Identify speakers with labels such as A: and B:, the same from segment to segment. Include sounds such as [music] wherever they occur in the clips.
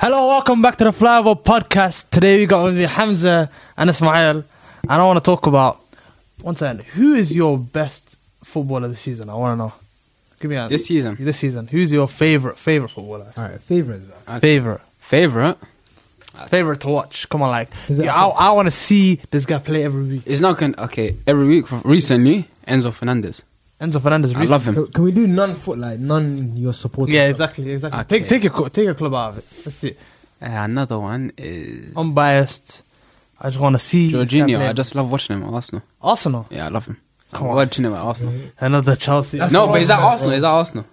A: Hello, welcome back to the Flower Podcast. Today we got with me Hamza and Ismail, and I want to talk about one second. Who is your best footballer this season? I want to know. Give me an
B: This season?
A: This season, who's your favorite favorite footballer?
C: All right, favorites. Bro.
A: Favorite,
B: Favorite?
A: favorite to watch. Come on, like
C: Is it-
A: yeah, I, I want to see this guy play every week.
B: It's not going to. Okay, every week for, recently, Enzo Fernandez.
A: Enzo Fernandez.
B: I love him.
C: Can, can we do non-foot like non your supporter?
A: Yeah, exactly, exactly.
B: Okay.
A: Take take your cl- take your club out of it. Let's see.
B: Uh, another one is.
A: Unbiased. I just want to see this guy
B: Jorginho.
A: play.
B: I just love watching him at Arsenal.
A: Arsenal.
B: Yeah, I love him.
A: Come
B: Come
A: on.
B: on. Watching him at Arsenal.
A: Another Chelsea.
C: That's
B: No,
C: what
B: but
C: I
B: is that
C: was about,
B: Arsenal?
C: bro.
B: Is that Arsenal?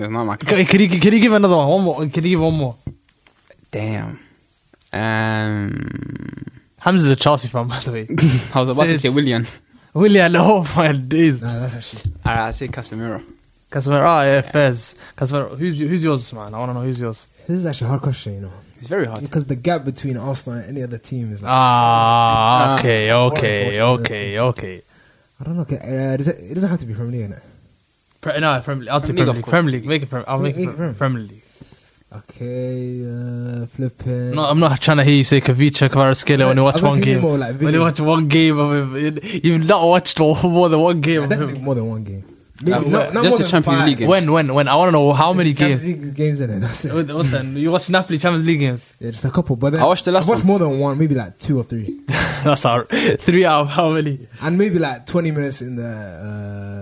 B: Yeah, not my
A: Can, can, you, can you give another one? One more. Can you give one more?
B: Damn. Um,
A: Hamza's a Chelsea fan, by [laughs] the way.
B: I was about to
A: Says-
B: say William.
A: Willian, oh my days.
C: Nah, that's actually.
B: Alright, I say Casemiro.
A: Uh, Ah, Casemiro, oh yeah, Fez. Casemiro, who's, y- who's yours, man? I want to know who's yours.
C: This is actually a hard question, you know,
B: It's very hard.
C: because the gap between Arsenal and any other team is like.
A: Ah,
B: Ah,
A: okay, okay, okay, okay.
C: I don't know. okay, Uh, does it, it doesn't have to be Premier League, innit?
A: Pre- no, Premier League. I'll take Premier League.
B: Premier League, of course.
A: Premier League. Make it Premier. I'll make
C: Make
A: it Pre-
C: it Premier.
A: Premier League.
C: Okay, uh, flipping.
A: No, I'm not trying to hear you say Kavicha, Kvaratskhelia when you
C: I
A: watch
C: was
A: one
C: thinking
A: game.
C: more like
A: when you
C: video.
A: watch one game of him, you- you've not watched more than one [laughs] game of
C: definitely
A: him.
C: more than one game.
B: Yeah,
C: Maybe
B: but
C: not- not
B: just
C: more
B: the
C: than
B: Champions
C: five.
B: League games.
A: When, when, when? I want to know how many
C: Champions
A: games.
C: League games in it. That's it.
A: What- What's that? You watch Napoli Champions League games?
C: Yeah, just a couple. But then
B: I watched the last
C: I watched
B: one.
C: more than one, maybe like two or three,
A: That's our three out of how many?
C: and maybe like twenty minutes in the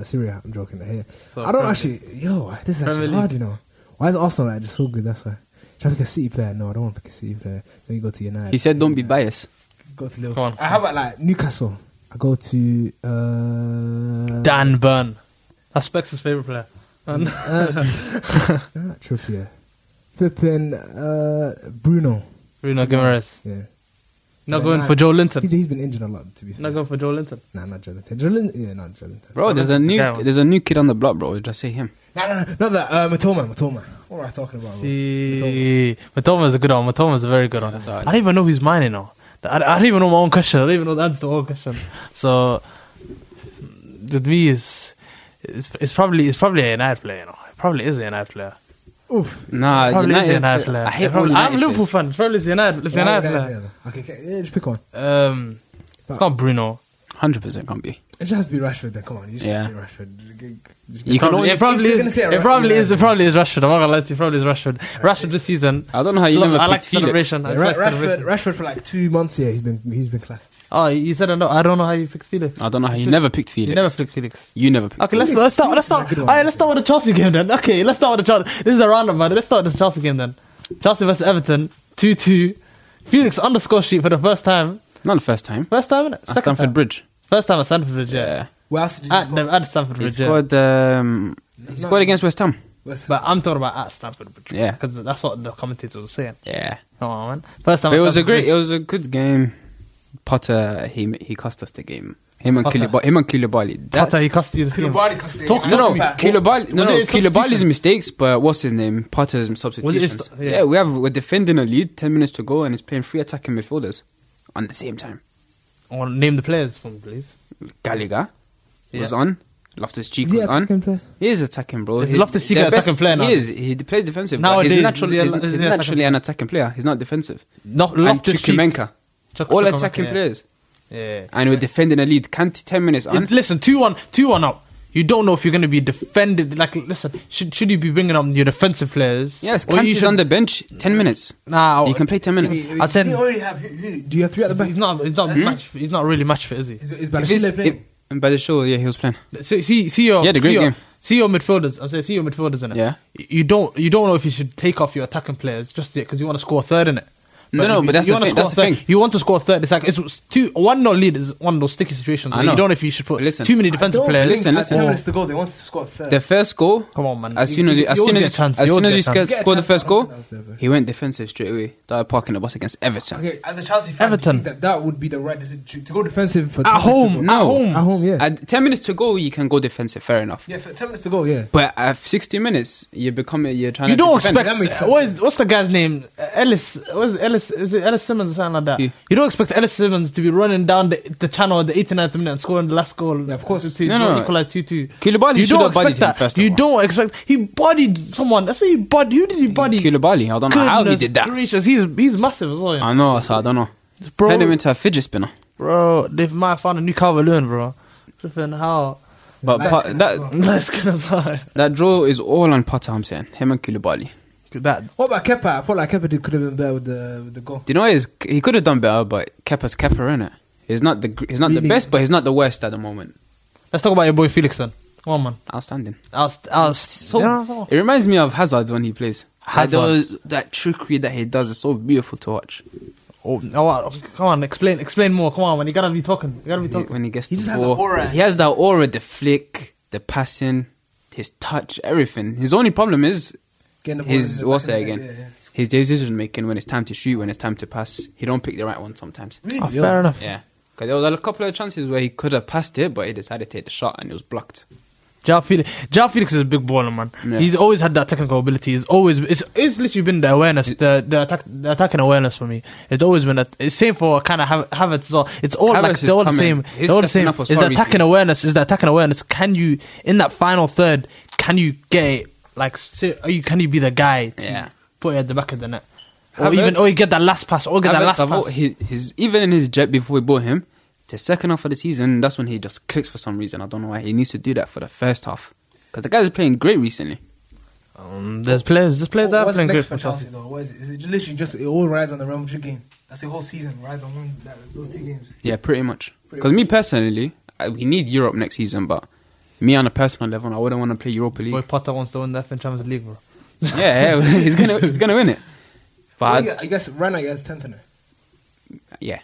C: uh, Syria. I'm joking here.
A: So,
C: I don't
A: Premier
C: actually. Yo, this is
A: Premier
C: actually
A: League.
C: hard. You know, why is Arsenal like just so good? That's why. Should I pick a City player? No, I don't want to pick a City player. Then you go to United.
B: He said don't be biased.
C: Go to
A: Come
C: Liverpool.
A: on.
C: I have like Newcastle. I go to uh,
A: Dan Burn. That's Spex's favorite player. And
C: Uh, Trippier. Flipping uh, Bruno.
A: Bruno Guimaraes.
C: Yeah.
A: Not
C: Yeah,
A: going
C: nah. Oh,
A: for Joe Linton.
C: He's, he's been injured a lot, to be fair.
A: Not going for Joe Linton.
C: Nah, not Jonathan. Jonathan, yeah, not Jonathan.
B: Bro, there's a
A: Yeah,
B: new
A: well.
B: there's a new kid on the block, bro. Just say him.
C: No, no, no, not that. Uh, Matoma, Matoma. What am I talking about? bro? Matoma.
A: See, Matoma's a good one. Matoma's a very good one.
B: That's all
A: I
B: right.
A: don't even know who's mine, you know. I, I don't even know my own question. I don't even know the answer to my own question. So, with me, is it's, it's probably it's probably a United player, you know. It probably is a United player.
C: Oof.
B: Nah,
A: probably is a United
B: play-
A: player.
B: Ah, I hate
A: It probably,
B: all
A: I'm a
B: United
A: Liverpool
B: players.
A: fan. It's probably is a United, it's a
C: Why
A: United
C: would I
A: player.
C: do that? Okay, okay, yeah, just pick one.
A: Um, it's not Bruno.
B: 100% can't be.
C: It just has to be Rashford then. Come on, you just
B: Yeah.
C: say Rashford. Just
B: You
C: get-
B: can only,
A: it probably
C: if you're
A: is.
C: gonna say a
A: It
C: Ra-
A: probably is. It
C: United.
A: probably is Rashford. I'm not gonna lie to you. It probably is Rashford. Rashford this season.
B: I don't know how
A: Just
B: you
A: love-
B: never
A: I like
B: picked Felix.
A: celebration. I
C: Yeah,
A: just like
C: Ra- Rashford,
A: celebration.
C: Rashford for like two months here, he's been he's been class.
A: Oh, you said I know. I don't know how you picked Felix.
B: I don't know how you
A: Should-
B: never picked Felix.
A: You never picked Felix.
B: You never picked
A: Okay, let's
C: Felix-
A: let's start. Let's
C: Felix is a
A: start.
C: good
A: All
C: one.
A: right, let's start with the Chelsea game then. Okay, let's start with the Chelsea. This is a random man. Let's start with the Chelsea game then. Chelsea versus Everton, two two. Felix on the score sheet for the first time.
B: Not the first time.
A: First time, innit?
B: At
A: Second
B: Stamford
A: time.
B: Bridge.
A: First time at Stamford Bridge. Yeah.
B: Yeah.
C: Where else did
B: Ah,
C: you
A: At,
C: score?
A: the- at Stamford
B: He
A: Bridge. yeah.
B: scored, um, he
C: No,
B: scored
C: no.
B: against West Ham.
C: West Ham.
A: But I'm talking about at Stamford Bridge.
B: Yeah.
A: Because that's what the commentators were saying.
B: Yeah.
A: Come on, man. First time.
B: But it
A: at
B: was a
A: Stamford
B: great,
A: Bridge.
B: it was a good game. Potter, he he cost us the game. Him and
A: Potter.
B: Koulibaly. Him and Koulibaly. That's,
A: Potter, he cost you the team.
C: Koulibaly cost-
A: Talk-
B: no,
C: I don't
B: no,
C: think that-
B: Koulibaly, no,
A: Was it
B: no,
A: his substitutions?
B: Koulibaly's mistakes, but what's his name? Potter's substitutions.
A: yeah.
B: yeah. we have we're defending a lead, ten minutes to go, and he's playing three attacking midfielders on the same time.
A: I want to name the players for me, please.
B: Gallagher was
A: Yeah.
B: on, Loftus Cheek
C: Is he
B: was
C: an
B: on.
C: attacking player?
B: He is attacking, bro.
A: Is
B: He-
A: Loftus-Cheek
B: their
A: an
B: best-
A: attacking player now?
B: He is. He plays defensive. but
A: Nowadays,
B: he's
A: is
B: naturally,
A: he a-
B: he's,
A: is he
B: he's
A: an
B: naturally an attacking player. He's not defensive.
A: Not
B: And
A: Loftus Cheek.
B: Chukwuemeka. All attacking players.
A: Yeah.
B: And we're defending a lead. Kante, 10 minutes
A: Yeah,
B: on.
A: Listen, 2 1, 2 1 up. You don't know if you're going to be defended. Like, listen, should, should you be bringing up your defensive players?
B: Yes,
A: Or you
B: Kante's on the bench, 10 minutes.
A: Nah,
B: You can play 10 minutes.
A: I said-
C: Do you already have? who- who- Do you have three at the back?
A: He's not. He's
B: Hmm?
A: not match. He's not really match fit, is he?
C: Is, is
B: If he's-
C: Balasile playing?
B: if- and by the show, yeah, he was playing.
A: See, see, see your.
B: He had a great
A: see your,
B: game.
A: See your midfielders. I'm saying, see your midfielders in it.
B: Yeah.
A: You don't. You don't know if you should take off your attacking players just yet because you want to score a third in it.
B: No, no,
A: if you-
B: but that's
A: you
B: the
A: wanna
B: thing-
A: score
B: that's
A: a
B: the
A: third-
B: thing.
A: You want to score a third. It's like it's two one no lead is one of those sticky situations.
B: I
A: where You
B: know.
A: don't know if you should put
B: Listen,
A: too many
C: I
A: defensive
C: don't
A: players.
C: think
B: Listen,
C: at
B: listen.
C: Ten minutes to go. They want to score a third.
B: The first goal,
A: Come on, man.
B: as
A: You-
B: soon as
A: you-
B: he- as
A: you
B: soon
A: always
B: as
A: get a chance.
B: as
A: You
B: soon
A: always
B: as he
A: get a chance.
B: scored
C: Get a
B: scored the
C: chance,
B: first
C: I don't
B: goal,
C: think that was there, bro.
B: he went defensive straight away. Started parking the bus against Everton.
C: Okay, as a Chelsea fan,
A: Everton.
C: Everton. Do you think that that would be the right decision to, to go defensive for 10
A: At
C: minutes to
A: home,
C: go?
B: No.
A: at home.
C: At home, yeah.
B: At 10 minutes to go, you can go defensive, fair enough.
C: yeah, for ten minutes to go, yeah.
B: But at 60 minutes, you become you're trying
A: You
B: to
A: don't
B: defend.
A: expect.
C: That makes sense.
A: What is, what's the guy's name? Uh, Ellis. What's Ellis? Ellis, is it Ellis Simmons or something like that?
B: Yeah.
A: You don't expect Ellis Simmons to be running down the, the channel at the 89th minute and scoring the last goal.
C: Yeah, of course.
A: To, to
B: No, no.
A: equalize 2 2.
B: Koulibaly
A: you
B: should
A: don't
B: have bodied
A: expect
B: him
A: that.
B: first of
A: you
B: all.
A: don't expect. He bodied someone. That's what he bodied. Who did he body?
B: Koulibaly, I don't know how he
A: Goodness
B: did that.
A: Gracious. He's, he's massive as well. you know.
B: I know, so I don't know.
A: Bro,
B: Turned him into a fidget spinner.
A: bro, they might have found a new Calvert Lewin, bro. Flipping how?
B: But
C: That's
B: part,
C: good as well.
B: that
A: [laughs] Let's get us high.
B: that draw is all on Potter, I'm saying. Him and Koulibaly.
A: That
C: What about Kepa? I felt like Kepa did- could have been better with the with the goal.
B: Do you know what it is? he could have done better, but Kepa's Kepa, innit? He's not the gr- he's not
C: Really?
B: the best, but he's not the worst at the moment.
A: Let's talk about your boy Felix then. Come on, man.
B: Outstanding.
A: I was, I was so.
C: Oh.
B: It reminds me of Hazard when he plays. Like,
A: Hazard.
B: those- that trickery that he does is so beautiful to watch.
A: Oh, no, uh, come on, explain, explain more. Come on, man. You gotta be talking. You gotta be
B: He-
A: talking.
B: when he gets
C: He
B: the
C: just has
B: ball,
C: that aura.
B: he has that aura, the flick, the passing, his touch, everything. His only problem is
C: Getting the ball in
B: his
C: the
B: what's
C: back
B: it
C: of the net,
B: again?
C: yeah, yeah.
B: His decision making when it's time to shoot, when it's time to pass. He don't pick the right one sometimes.
A: Ah, fair enough.
B: Yeah, because there was a couple of chances where he could have passed it, but he decided to take the shot and it was blocked.
A: Jao Felix, Jao Felix is a big baller, man.
B: Yeah.
A: He's always had that technical ability. He's always it's, it's literally been the awareness, the the, attack, the attacking awareness for me. It's always been that. It's same for kind of Havertz as well. It's all like
B: Havertz
A: they're
B: is
A: all the
B: coming.
A: same.
B: He's
A: They're all the
B: stepping
A: same.
B: up as
A: Is
B: far
A: the attacking
B: recently.
A: awareness? Is the attacking awareness? Can you in that final third? Can you get it, like? se- Are you? Can you be the guy? To
B: Yeah.
A: Put it at the back of the net. Or even,
B: Havertz-
A: or you get that last pass, or get that
B: Havertz,
A: last
B: I've al-
A: pass.
B: he- his- even in his jet before we bought him, the second half of the season, that's when he just clicks for some reason. I don't know why he needs to do that for the first half because the guys are playing great recently.
A: Um, there's players, there's players that are
C: What's
A: playing
C: next
A: good
C: for Chelsea though? What is it? Is it literally just it all rides on the Real Madrid game? That's the whole season rides on one, that, those two games.
B: Yeah, pretty much.
C: Pretty
B: Because me personally, I, we need Europe next season, but me on a personal level, I wouldn't want to play Europa
A: Boy,
B: League.
A: Potter wants to win the FN Champions League, bro.
B: yeah, yeah, [laughs] he's gonna he's gonna win it.
C: Well,
B: But
C: you got- I guess right now you guys tenth in it.
B: yeah,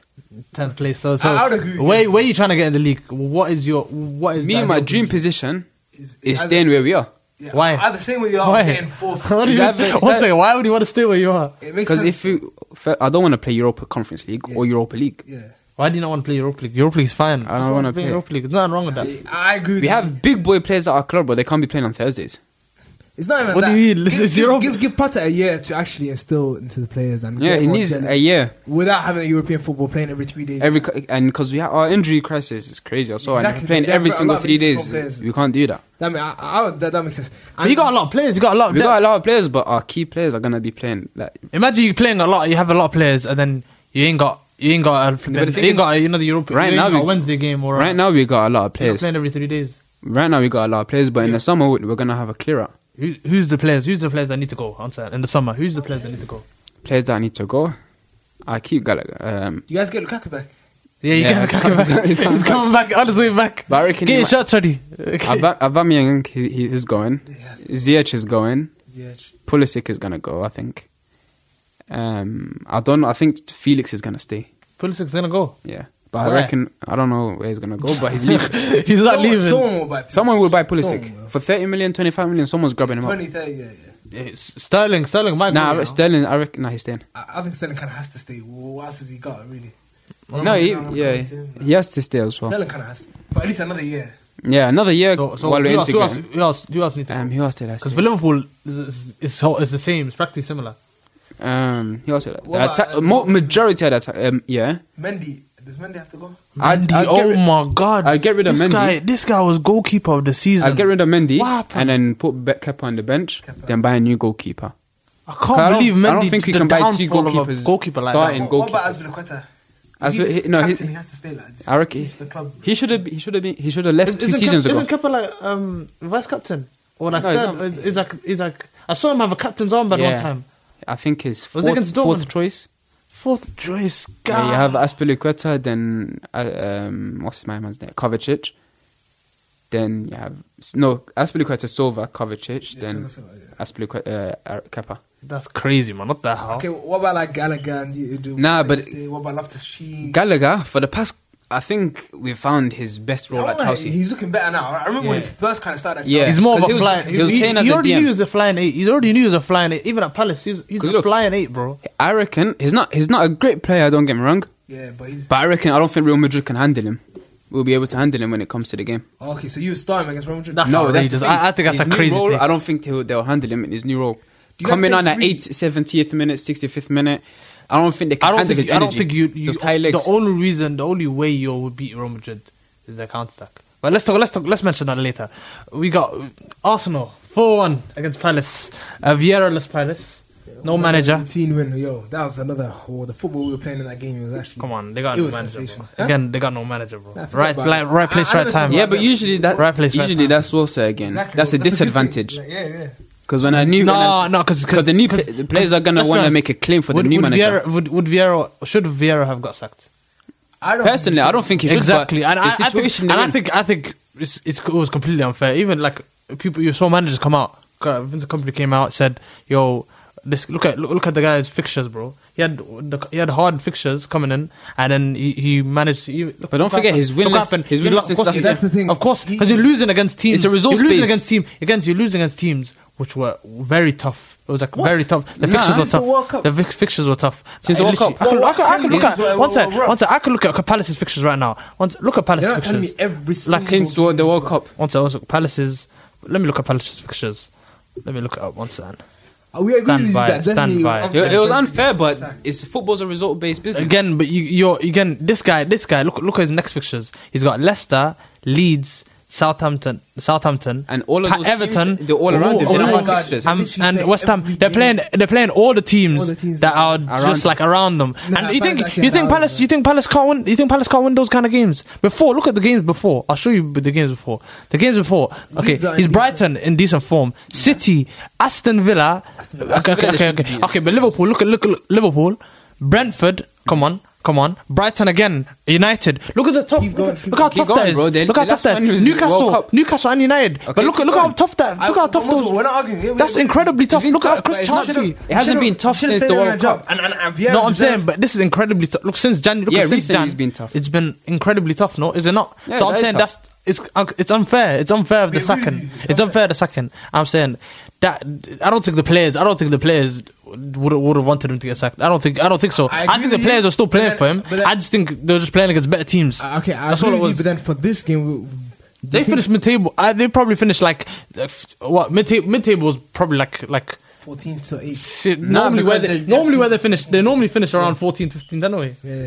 A: Tenth place. So, so
C: I would agree with
A: Where,
C: you.
A: where are you trying to get in the league? What is your what is
B: me
A: that
B: and my
A: your
B: dream
A: position?
B: position
C: Is,
B: is staying where we are.
C: yeah,
A: Why?
C: Either same way you are
A: Why?
C: or getting
B: [laughs]
C: fourth.
A: [laughs] What do you-
B: Is that- is
A: one
B: that-
A: second, Why would you want to stay where you are?
C: It makes
B: Because
C: sense.
B: if you, fe- I don't want to play Europa Conference League or
C: Yeah.
B: Europa League.
C: yeah,
A: Why do you not want to play Europa League? Europa League's fine.
B: I don't wanna
A: play
B: play.
A: Europa League. There's nothing wrong with that.
C: I, I agree. With
B: We
C: you.
B: have big boy players at our club, but they can't be playing on Thursdays.
C: It's not even
A: What
C: that.
A: do you mean?
C: Give,
A: It's
C: give,
A: Europe.
C: Give, give Potter a year to actually instill into the players and
B: Yeah,
C: get
B: he
C: more
B: needs
C: talent
B: a year.
C: without having a European football playing every three days.
B: Every co- and because we have our injury crisis is crazy. Also, and
C: Exactly.
B: we're playing
C: Yeah,
B: every
C: but a
B: single
C: lot of
B: three
C: injury
B: days,
C: players.
B: we can't do that.
C: that, mean, I, I, I, that that makes sense.
A: But you got a lot of players. You got a lot. Of
B: We
A: depth.
B: got a lot of players, but our key players are gonna be playing. Like,
A: Imagine you playing a lot. You have a lot of players, and then you ain't got you ain't got a,
B: but the
A: you
B: thing
A: ain't
B: is-
A: got a, you know the Europa.
B: Right
A: you ain't
B: now
A: got a
B: we-
A: Wednesday game or a-
B: right now we got a lot of
A: you're
B: players.
A: playing every three days.
B: Right now we got a lot of players, but in
A: Yeah.
B: the summer we- we're gonna have a clear out.
A: Who, who's the players? Who's the players that need to go? Answer in the summer. Who's the players that need to go?
B: Players that need to go. I keep Gallagher.
A: [laughs]
B: Um,
C: You guys get Lukaku back.
A: Yeah, you
B: Yeah,
A: yeah,
B: he's
A: gotta
B: [laughs] coming-
A: back. He's
B: he's coming
A: coming back on his way back.
B: But I reckon
A: Get
B: he
A: your
B: might-
A: shots ready.
B: [laughs]
A: Okay.
B: Aba- Aubameyang, he, he is going.
C: Yes.
B: Ziyech is going.
C: Ziyech.
B: Pulisic is gonna go. I think. Um, I don't. know. I think Felix is gonna stay.
A: Pulisic's gonna go.
B: Yeah, but
A: Where?
B: I reckon I don't know where he's gonna go. But [laughs] he's leaving.
A: [laughs] He's not
C: Someone-
A: leaving.
C: Someone will buy. Pulisic.
B: Someone will buy Pulisic
C: Someone will.
B: for 30 million, 25 million. Someone's grabbing him
C: Twenty thirty. Yeah, yeah.
A: It's Eh, Sterling, Sterling might
B: up. Nah,
A: go. you know.
B: Sterling. I reckon. Nah, he's staying.
C: I, I think Sterling kind of has to stay. What else has he got really?
B: No, he, yeah, he has to stay as well.
C: Sterling kind of has, to, but at least another year.
B: Yeah, another year
A: So, so
B: while we're
A: who, else, who, else,
B: integrating.
A: who else? Who else need to
B: Um,
A: go?
B: who else did I
A: Because
B: say?
A: for Liverpool, it's, it's, so- it's the same. It's practically similar.
B: Um, who else did I?
C: What about,
B: atta-
C: uh,
B: mo- majority of that time, um, yeah.
C: Mendy does Mendy have to go?
A: Mendy,
B: I'd- I'd get
A: oh
B: rid-
A: my god!
B: I'd get rid of
A: this
B: Mendy.
A: Guy, this guy was goalkeeper of the season.
B: I'd get rid of Mendy
A: What happened?
B: and then put Be- Kepa on the bench,
C: Kepa.
B: then buy a new goalkeeper.
A: I
B: I
A: can't
B: don't-
A: believe
B: I
A: Mendy.
B: don't think we
A: the
B: can buy two
A: downfall of a
B: goalkeepers
A: Goalkeeper like
B: starting.
A: that.
B: goal
C: What about Azpilicueta?
B: As-
C: He's
B: he- no, he-
C: captain, he has to stay. Like, just
B: I reckon
C: leaves the club.
B: he should have. He should have been. He should have left
A: Is-
B: two
A: isn't Kep-
B: seasons ago.
A: Isn't Kepa like um, vice captain or like
B: No, he's
A: third?
B: not.
A: Is, is like is like I saw him have a captain's armband
B: Yeah.
A: one time.
B: I think his
A: Was it
B: fourth,
A: against Dortmund?
B: fourth choice.
A: Fourth choice guy.
B: Yeah, you have Aspilicueta, then uh, um, what's my man's name? Kovacic. Then you have no Aspilicueta, Silva, Kovacic,
C: Yeah,
B: then
C: Silva, yeah.
B: Aspilicueta, uh, uh, Kepa.
A: That's crazy, man. What the hell?
C: Okay, what about like Gallagher and you do?
B: Nah, but-
C: what about Loftus Cheek?
B: Gallagher for the past, I think we found his best role at Chelsea.
C: Oh, He's looking better now. I remember when he
B: Yeah.
C: first kind of started. At
B: Yeah.
A: He's more of
B: 'Cause
A: a
B: he was-
A: flying.
B: he was playing as a
A: already
B: DM.
A: knew he was a flying eight. He's already knew he was a flying eight. Even at Palace, he's, he's
B: 'Cause
A: a
B: look-
A: flying eight, bro.
B: I reckon he's not. He's not a great player. Don't get me wrong,
C: yeah, but he's
B: but I reckon I don't think Real Madrid can handle him. We'll be able to handle him when it comes to the game.
C: okay. So you were starting against Real Madrid.
A: That's
B: no,
A: outrageous.
B: the
A: I-
B: thing.
A: I think that's
B: His
A: a
B: new
A: crazy
B: role,
A: thing.
B: I don't think he'll, they'll handle him in his new role.
C: you guys
B: Coming
C: think
B: on at
C: Greece-
B: 8th, 70th minute, 65th minute, I don't think they can
A: I don't
B: handle
A: think
B: his
A: I don't
B: energy.
A: think you, you
B: Those tight legs.
A: the only reason the only way you would beat Real Madrid is their counter attack. But let's talk let's talk let's mention that later. We got Arsenal four one against Palace. A Vieira-less Palace. No manager.
C: Routine win. Yo, that was another. Well, the football we were playing in that game was actually.
A: Come on, they got
C: It
A: no
C: was
A: manager. Bro.
C: sensational. Huh?
A: Again, they got no manager, bro.
C: Nah, forget
A: right,
C: about
A: like,
C: it.
A: right place,
C: I- I
A: right
C: don't know
A: time.
C: if
B: yeah, but usually that
A: Right place, right
B: usually
A: time.
B: that's Wilson again.
C: Exactly,
B: That's a
C: bro. good
B: disadvantage.
C: thing. Yeah, yeah.
B: Because when I knew,
A: No, no, because
B: because the new pla- the players are gonna want to make a claim for the new
A: would
B: manager.
A: Vieira, would, would Vieira should Vieira have got sacked?
C: I don't
B: Personally, I don't think he should. but
A: exactly, and
B: the
A: I, I think,
B: situation
A: and
B: they're
A: I
B: in-
A: think I think it's, it's, it was completely unfair. Even like people, you saw managers come out. uh, Vincent Company came out said, "Yo, this look at look, look at the guy's fixtures, bro. He had the, he had hard fixtures coming in, and then he, he managed. To, he, look,
B: But don't
A: look what
B: forget his
A: happened. Look
B: winless-
A: what happened.
B: his
A: You know,
B: winless
A: of
B: is-
A: course
B: that's
A: he-
C: the thing.
A: Of course,
C: He-
A: because you're losing against teams.
B: It's a results
A: You're losing
B: based.
A: against team against you're losing against teams which were very tough. It was like
C: What?
A: very tough. The
B: Nah.
A: fixtures were
C: Since the World
A: tough.
C: Cup.
A: The vi- fixtures were tough. I
B: Since the World
A: literally-
B: Cup.
A: I could, I could, I could
C: Well,
A: look
C: what
A: at
C: team is-
A: one sec,
C: well, well,
A: one sec. I could look at Palace's fixtures right now. One sec, look at Palace's
C: You're not telling
A: fixtures.
C: me every single.
A: Like
B: since the the World Cup,
A: One sec, one sec. Palace's. Let me look at Palace's fixtures. Let me look it up one second.
C: Are we agree
A: Stand
C: with you
A: by,
C: that
A: stand
C: definitely
A: by.
B: it, it was
C: unfair.
B: unfair. But
C: Sacked.
B: it's football's a result-based business.
A: Again, but you, you're again. This guy, this guy. Look, look at his next fixtures. He's got Leicester, Leeds, Southampton, Southampton,
B: And all of
A: Pa-
B: those teams,
A: Everton.
B: they're all around him.
C: They're
A: all-
C: hard fixtures.
A: and,
C: Literally
A: and
C: play
A: West Ham.
C: every
A: They're
C: game.
A: playing. They're playing all the teams,
C: All the teams
A: that
C: that
A: are
C: are
A: just
B: around
A: like around them.
C: Nah,
A: and you
C: Palace
A: think
C: actually
A: you think
C: around
A: Palace
C: them.
A: you think Palace can't win? You think Palace can't win those kind of games? Before, look at the games before. I'll show you the games before. The games before. Okay,
C: Leeds are
A: he's
C: in
A: Brighton in decent form. City, Aston Villa.
C: Aston
A: Okay,
C: Villa.
B: Aston
A: okay,
B: Villa
A: okay,
B: should
A: okay.
B: be in
A: Okay,
B: this
A: but Liverpool. Look at look at Liverpool, Brentford. Come on. Come on, Brighton again, United. Look at the top.
C: Keep going,
A: look,
C: keep
A: how
B: going.
A: tough
B: Keep
A: that
B: going,
A: is.
B: bro. They-
A: look how
B: they
A: tough
B: last
A: that
B: one
A: is.
B: was World
A: Newcastle,
B: Cup.
A: Newcastle and United. but
B: Okay,
A: look,
B: keep
A: look how
B: going.
A: tough that.
C: I-
A: Look how tough
C: Muslim,
A: those.
C: We're not arguing. Yeah, we-
A: That's
C: we-
A: incredibly tough.
B: been
A: Look
B: tough,
A: at Chris
B: but it's not-
A: Chelsea.
B: it hasn't
C: Should've-
B: been tough
C: should've
B: since
C: stayed
B: the
C: on
B: World
C: our job.
B: Cup.
C: And, and, and
A: No,
C: Vieira
A: I'm
C: deserves-
A: saying, but this is incredibly tough. Look, since January, look
B: Yeah,
A: at since
B: recently
A: Jan,
B: it's been tough.
A: It's been incredibly tough. No, is it not?
B: Yeah,
A: so I'm
B: that is
A: saying
B: tough.
A: that's it's un- it's unfair. It's unfair of the
C: We agree with
A: second.
C: you.
A: It's, unfair of the second. I'm saying that I don't think the players. I don't think the players would would have wanted him to get sacked. I don't think. I don't think so.
C: I
A: I,
C: agree
A: think the
C: with you,
A: players are still
C: but
A: playing
C: then-
A: for him.
C: but then-
A: I just think they're just playing against better teams.
C: Uh, Okay, I
A: that's all
C: agree
A: it
C: with
A: was.
C: you, but then for this game, we- do you
A: They
C: think-
A: finished mid table. Uh, they probably finished like uh, f- what mid table. Mid table was probably like like
C: 14 to 8.
A: shit.
B: Nah,
A: normally where
B: because
A: they,
B: they-
A: normally where they finish. They normally finish around 14, 15 anyway.
C: Yeah, yeah.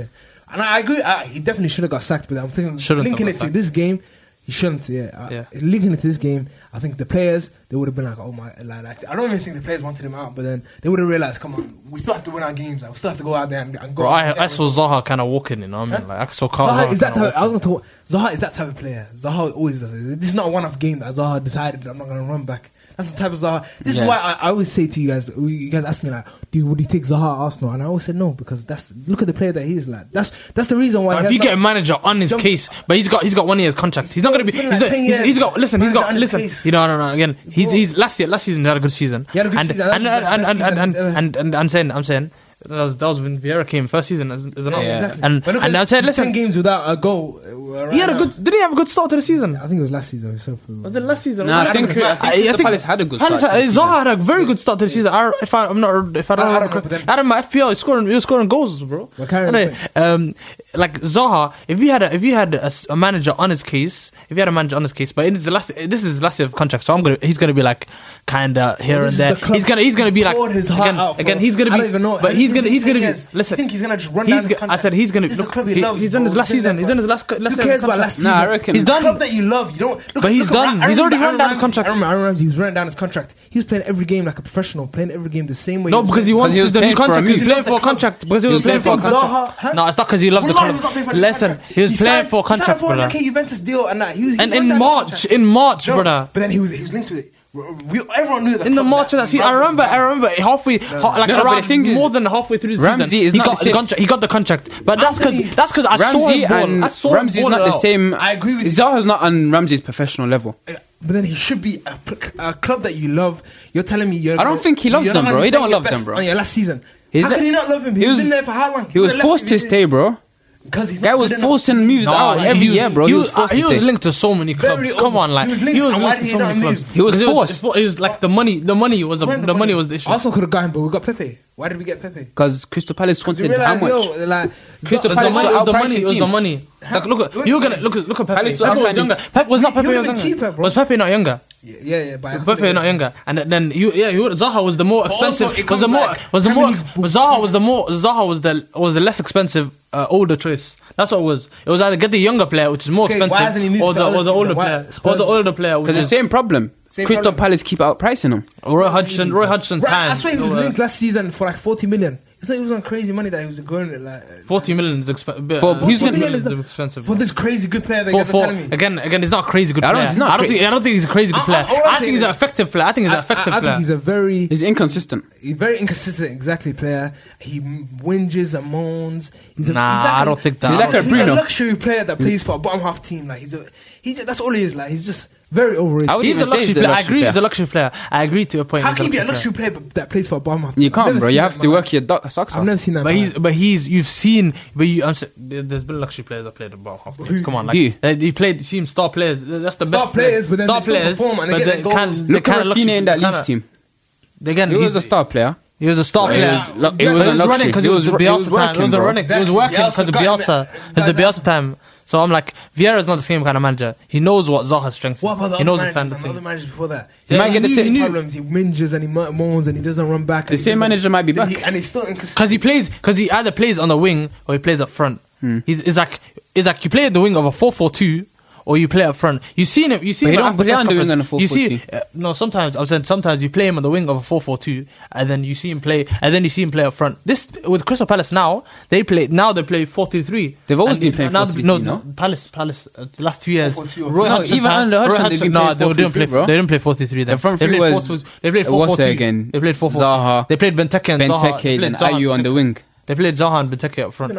C: And I agree. I, he definitely should have got sacked, but I'm thinking
A: Shouldn't have
C: linking
A: got
C: it
A: sacked.
C: to this game, he shouldn't. Yeah, I-
A: Yeah.
C: linking it to this game, I think the players they would have been like, oh my, like, like I don't even think the players wanted him out, but then they would have realized, come on, we still have to win our games. Like, we still have to go out there and, and go.
A: Bro,
C: out and
A: I,
C: get
A: I saw
C: results."
A: Zaha kind of walking, you know what I mean? Like, I saw Carl
C: Zaha is that
A: kinda
C: type. I
A: walking.
C: was going to talk. Zaha is that type of player. Zaha always does it. This is not a one-off game that Zaha decided I'm not going to run back. That's the type of Zaha. This
B: Yeah.
C: is why I, I always say to you guys. You guys ask me like, "Do you, would you take Zaha at Arsenal?" And I always said no because that's look at the player that he is like. That's that's the reason why.
A: But if
C: he has
A: you get
C: not-
A: a manager on his
C: Jump-
A: case, but he's got he's got one year's contract. He's not going to be.
C: It's been
A: He's,
C: like
A: not,
C: 10
A: he's- he's
C: years.
A: got listen. He's
C: Manager
A: got
C: on his
A: listen.
C: case.
A: You know, no, no. Again, he's, he's last year. Last season he had a good season.
C: He had a good
A: and,
C: season. That
A: And,
C: was
A: and,
C: the
A: and,
C: best
A: and,
C: season
A: and,
C: he's ever
A: and,
C: had.
A: I'm saying I'm saying that was, that was when Vieira came first season as as an
C: Yeah,
A: out.
C: exactly.
A: And
C: But look
A: and
C: at
A: I
C: his-
A: said
C: his ten
A: listen.
C: games without a goal. uh, right
A: He had a
C: now.
A: good. Did he have a good start to the season?
C: I think it was last season. So
A: Was it last season?
B: Nah,
A: Or
B: I think-
A: whatever.
B: I think the Palace had a good
A: Palace
B: start to
A: had-
B: the
A: Zaha had a very good start to the season. I, if I, I'm not, if I don't,
C: I- I don't
A: remember,
C: know, but then-
A: I remember FPL he's scoring, he was scoring goals, bro.
C: Well, carry on,
A: Anyway, um, like Zaha, if he had, a, if he had a, s- a manager on his case, if he had a manager on his case, but it is the last, this is the last year of contract, so I'm gonna, he's gonna be like kind of here
C: Well,
A: and
C: this
A: there.
C: is the club
A: He's gonna, he's gonna be like
C: poured his heart
A: again,
C: out for-
A: again, he's gonna be,
C: I don't even know.
A: but
C: And
A: he's
C: it's
A: gonna,
C: been
A: he's
C: 10
A: gonna be.
C: years. You
A: Listen,
C: think he's gonna just run
A: he's
C: down his
A: go- I
C: contract?
A: said he's gonna
C: This is the
A: look.
C: club he
A: he-
C: loves,
A: He's done
C: bro.
A: his last
C: He's been
A: season.
C: there
A: He's
C: for
A: done
C: it.
A: his last, last
C: Who
A: year of
C: cares about
A: contract.
C: last
B: Nah,
C: season?
B: I reckon-
A: He's
C: The
A: done.
C: Club that you love, you don't. Look,
A: But he's
C: look at
A: done.
C: Ra- I
A: He's
C: remember-
A: already
C: I
A: run
C: remember
A: down his contract.
C: I remember, I remember he was running down his contract. He was playing every game like a professional, playing every game the same way.
A: No,
C: he was
A: because he
C: playing.
A: wants
B: he
A: to
B: was
A: the new
B: playing for a
A: contract. He was
B: move.
A: playing for a contract because he was playing for a
C: playing for a
A: contract.
C: contract.
A: No, it's not because he loved the
C: Wallahi, he was not playing
A: contract.
C: for the
A: Listen,
C: contract.
A: he was playing
C: signed-
A: for a contract,
C: He signed a
A: brother.
C: 400k Juventus deal and that. He was, he
A: And
C: was
A: in
C: running down his
A: March-
C: contract.
A: in March,
C: No,
A: brother.
C: But then he was he was linked with it. We, we- everyone knew that.
A: In the
C: club
A: March of that season, I
C: Ramsey was
A: remember,
C: done.
A: I remember halfway, ha- like
B: No, no, but the
A: around
B: thing is,
A: more than halfway through the
B: Ramsey
A: season,
B: is
A: he
B: not
A: got
B: the
A: the
B: same-
A: contract. He got the contract, but that's because
C: Anthony-
A: that's because I saw
B: Ramsey
A: him ball.
B: and
A: I saw him
B: Ramsey's
A: ball
B: not
A: it
B: the
A: out.
B: same.
C: I agree with you.
B: Zaha's not on Ramsey's professional level.
C: But then he should be a, p- a club that you love. You're telling me you're.
B: I don't think he loves
C: you're not
B: them,
C: gonna
B: bro.
C: be
B: He don't
C: playing your
B: love them,
C: best
B: bro.
C: On your last season,
B: He's
C: how
B: the-
C: can you not love him?
B: he
C: He's
B: was-
C: been there for how long?
B: He was forced to stay, bro.
C: because he's
B: Guy
C: not
B: was
C: good enough.
B: forcing moves
A: No,
B: out
A: he
B: every
A: was-
B: year, bro. He was
A: uh,
B: forced
A: he
B: to
A: was
B: stay.
A: linked to so many clubs.
C: Very
A: Come
C: old.
A: on, like
C: He was linked, and why
A: linked
C: did
A: to
C: he
A: so
C: not
A: many clubs.
C: move?
B: He was
A: Because it
B: forced.
A: it was- It was like the money. The money was a,
C: When
A: the money was the issue.
C: Arsenal could have got him, but we got Pepe. Why did we get Pepe?
B: Because Crystal Palace
C: Do you
B: wanted how
C: realize,
B: much?
C: yo, like
B: Crystal
A: It
C: Zo-
A: was the
B: Palace
A: money.
B: were
A: It was the
B: outpricing
A: money. It was the
B: teams.
A: money. Like, look, at, you're gonna look at look at Pepe.
B: Palace
A: Pepe
B: were
A: was
B: outstanding.
A: younger. Pepe was not
C: He- he
A: Pepe was
C: would've been
A: younger.
C: cheaper, bro.
A: Was Pepe not younger?
C: Yeah, yeah, yeah. But I
A: Pepe
C: completely-
A: not younger, and then you, yeah, you, Zaha was the more
D: But also, it
A: expensive. was the
D: comes
A: more
D: like,
A: was the
C: Premier
A: more
C: League's book-
A: Zaha was the more Zaha was the was the less expensive uh, older choice. That's what it was. It was either get the younger player, which is more
C: Okay, why hasn't he
A: expensive,
C: moved
A: or
C: to
A: the
C: other
A: or the
C: teams?
A: older
C: Why-
A: player, or
C: Spurs-
A: the older player, which
B: Because the
A: is
B: same problem.
C: Same
B: Crystal
C: problem.
B: Palace keep outpricing them.
A: Roy Hodgson. Roy Hodgson's
C: Right,
A: hands.
C: that's why he was
A: were-
C: linked last season for like 40 million. It's like it was on crazy money that he was going at, like. uh,
A: Forty million is expensive.
B: For- who's
C: 40
B: gonna-
C: million is the-
A: expensive?
C: for this crazy good player that
A: For,
C: gets
A: for,
C: academy.
A: again, again, he's not a crazy good
B: I don't-
A: player.
B: he's not
A: I don't
B: cra-
A: think. I don't think he's a crazy good
C: I- I-
A: player.
C: all I'm
A: I, think
C: saying
A: he's an
C: is-
A: effective player. I think he's an effective
C: I, I, I
A: player.
C: think he's a very
B: He's inconsistent.
C: he's very inconsistent, exactly player. He whinges and moans. He's a,
A: Nah,
C: he's like
A: I don't think that-
B: He's like a
C: he's
B: Bruno.
C: a luxary player that plays for a bottom half team. Like he's a, he just, that's all he is. Like he's just very overrated.
B: I would-
A: He's a
B: even say
A: luxury
B: he's a
A: player. I
B: luxury
A: agree. He's
B: player.
A: a luxury player. I agree to a point.
C: How
A: he's
C: can you be a
A: luxury player.
C: luxury player but- that plays for a bottom half?
B: You
C: team? I've
B: can't,
C: never
B: bro.
C: seen
B: You
C: that
B: have
C: in
B: to
C: my
B: work
C: life.
B: your do- socks
C: I've
B: off.
C: never seen that.
A: But
C: in my
A: he's,
C: life.
A: but he's, you've seen, but you, I'm, s- there- there's been luxury players that played the ball half.
C: Who-
A: Come on, like
B: Who?
A: they, they played, seen star players. th- That's the
C: Star
A: best
C: players, but then they still perform and they
A: but
C: get the
A: kind-
C: goals.
A: the
B: Look
A: kind
B: at
A: of luxury-
B: Rafinha in that
A: kind of-
B: Leeds team.
A: Again,
B: He was
A: he's-
B: a star player.
A: He was a star
B: It
A: player.
B: was, lo- it was,
A: He
B: a
A: was
B: luxury.
A: running because it was the
B: it was
A: Bielsa time. It was
B: working,
A: a
B: bro.
A: running. It was
C: Exactly.
A: working
C: Bielsa
A: because of
C: got him
A: Bielsa.
C: there.
A: Because the
C: That's-
A: Bielsa time. So I'm like, Vieira's not the same kind of manager. He knows what Zaha's strengths.
C: What
A: is.
C: about the
A: He knows
C: other
A: the kind
C: managers?
A: of
C: and
A: thing.
C: the other managers before that?
A: He
B: might get the
C: he
B: same-
C: knew problems. He whinges and he mo- moans and he doesn't run back. and he
B: same
C: doesn't-
B: manager might be
C: then
B: back.
C: he- and he's
A: [laughs]
C: still inconsistent.
A: Because he plays, because he either plays on the wing or he plays up front.
B: Hmm.
A: He's, it's like, it's like you play at the wing of a four-four-two, or you play up front. You've seen him. You've seen
B: But he
A: him
B: don't
A: after
B: play
A: press
B: on the wing
A: conference.
B: on a
A: You see,
B: 4-4-2.
A: uh, no. Sometimes I'm saying sometimes you play him on the wing of a four-four-two, and then you see him play, and then you see him play up front. This with Crystal Palace now they play now they play four-two-three.
B: They've always
A: And
B: been
A: they-
B: playing
A: now they-
B: 4-3-3,
A: No,
B: no?
A: Palace, Palace. Uh, the last two years,
C: 4-4-2 or
A: Roy
B: No,
A: Hodgson
B: even
A: time-
B: under
A: Roy
B: Hodgson, they've
A: Hodgson-
B: been
A: no,
B: playing
A: they didn't
B: 4-3-3,
A: play.
B: bro.
A: They didn't play four-three-three. Then
B: The front
A: they
B: three
A: played
B: was-
A: 4-2-3. They played
B: it was
A: four-four-two
B: again,
A: They played four-four.
B: Zaha,
A: They played Benteke and Zaha. They
B: Benteke
A: played
B: and
A: Zaha and
B: Ayu on the
A: Benteke.
B: wing.
A: They played Zaha and Benteke up front.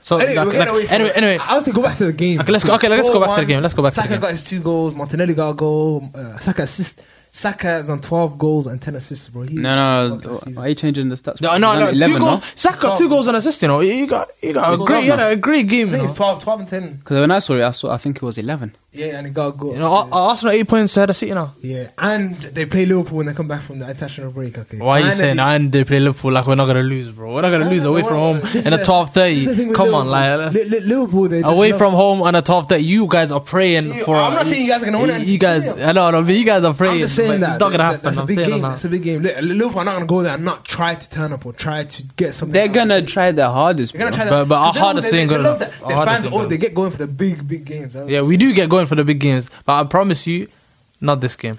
A: So,
C: So anyway,
A: like-
C: we're getting
A: like-
C: away from
A: anyway-
C: it.
A: anyway.
C: I also go back to the game.
A: Okay, let's go- okay, let's go back to the
C: 4-1,
A: game. Let's go back to the
C: Saka
A: game.
C: got his two goals. Martinelli got a goal. Uh, Saka assist. Saka's on twelve goals and ten assists, bro. He-
B: No,
C: Fuck this
B: no.
C: season.
B: Why are you changing the stats?
A: No, no,
B: He's
A: no.
B: on 11,
A: two
B: no?
A: goals. Saka got two goals and assist. You know, he got he got
B: He's
A: a great, he
B: gone,
A: had a great game.
C: I
A: You
C: think it's
A: know,
C: 12, 12 and ten.
B: Because when I saw it, I saw. I think it was eleven.
C: Yeah, and he got a goal.
A: you know Ar- Arsenal eight points ahead of City now.
C: yeah. and they play Liverpool when they come back from the international break. Okay.
A: Why are you
C: And
A: saying?
C: they-
A: And they play Liverpool like we're not gonna lose, bro. We're not gonna
C: No,
A: lose
C: no,
A: away
C: no,
A: from
C: no,
A: home
C: no. This
A: in a
C: is-
A: twelve
C: this is the thing
A: thirty.
C: with
A: Come on,
C: Liverpool.
A: like
C: Li- Li- Liverpool. They just
A: away
C: love-
A: from home on a twelve thirty. You guys are praying
C: See,
A: for.
C: I'm not saying you guys are gonna win it.
A: You guys, I know, I know, but you guys are praying.
C: I'm just
A: but
C: saying that
A: it's not gonna
C: that-
A: happen.
C: That's a
A: I'm
C: big
A: saying
C: game.
A: that
C: That's a big game. Li- Liverpool are not gonna go there and not try to turn up or try to get something.
B: They're
C: out of
B: gonna
C: it.
B: try their hardest.
C: They're gonna
B: bro.
C: try that.
A: But- but our
C: Because they-
A: hardest
C: they-
A: ain't
C: they
A: gonna-
C: love that.
A: our
C: The
A: hardest
C: fans,
A: ain't
C: oh,
A: gonna-
C: they get going for the big, big games. That's-
A: Yeah, we do get going for the big games, but I promise you, not this game.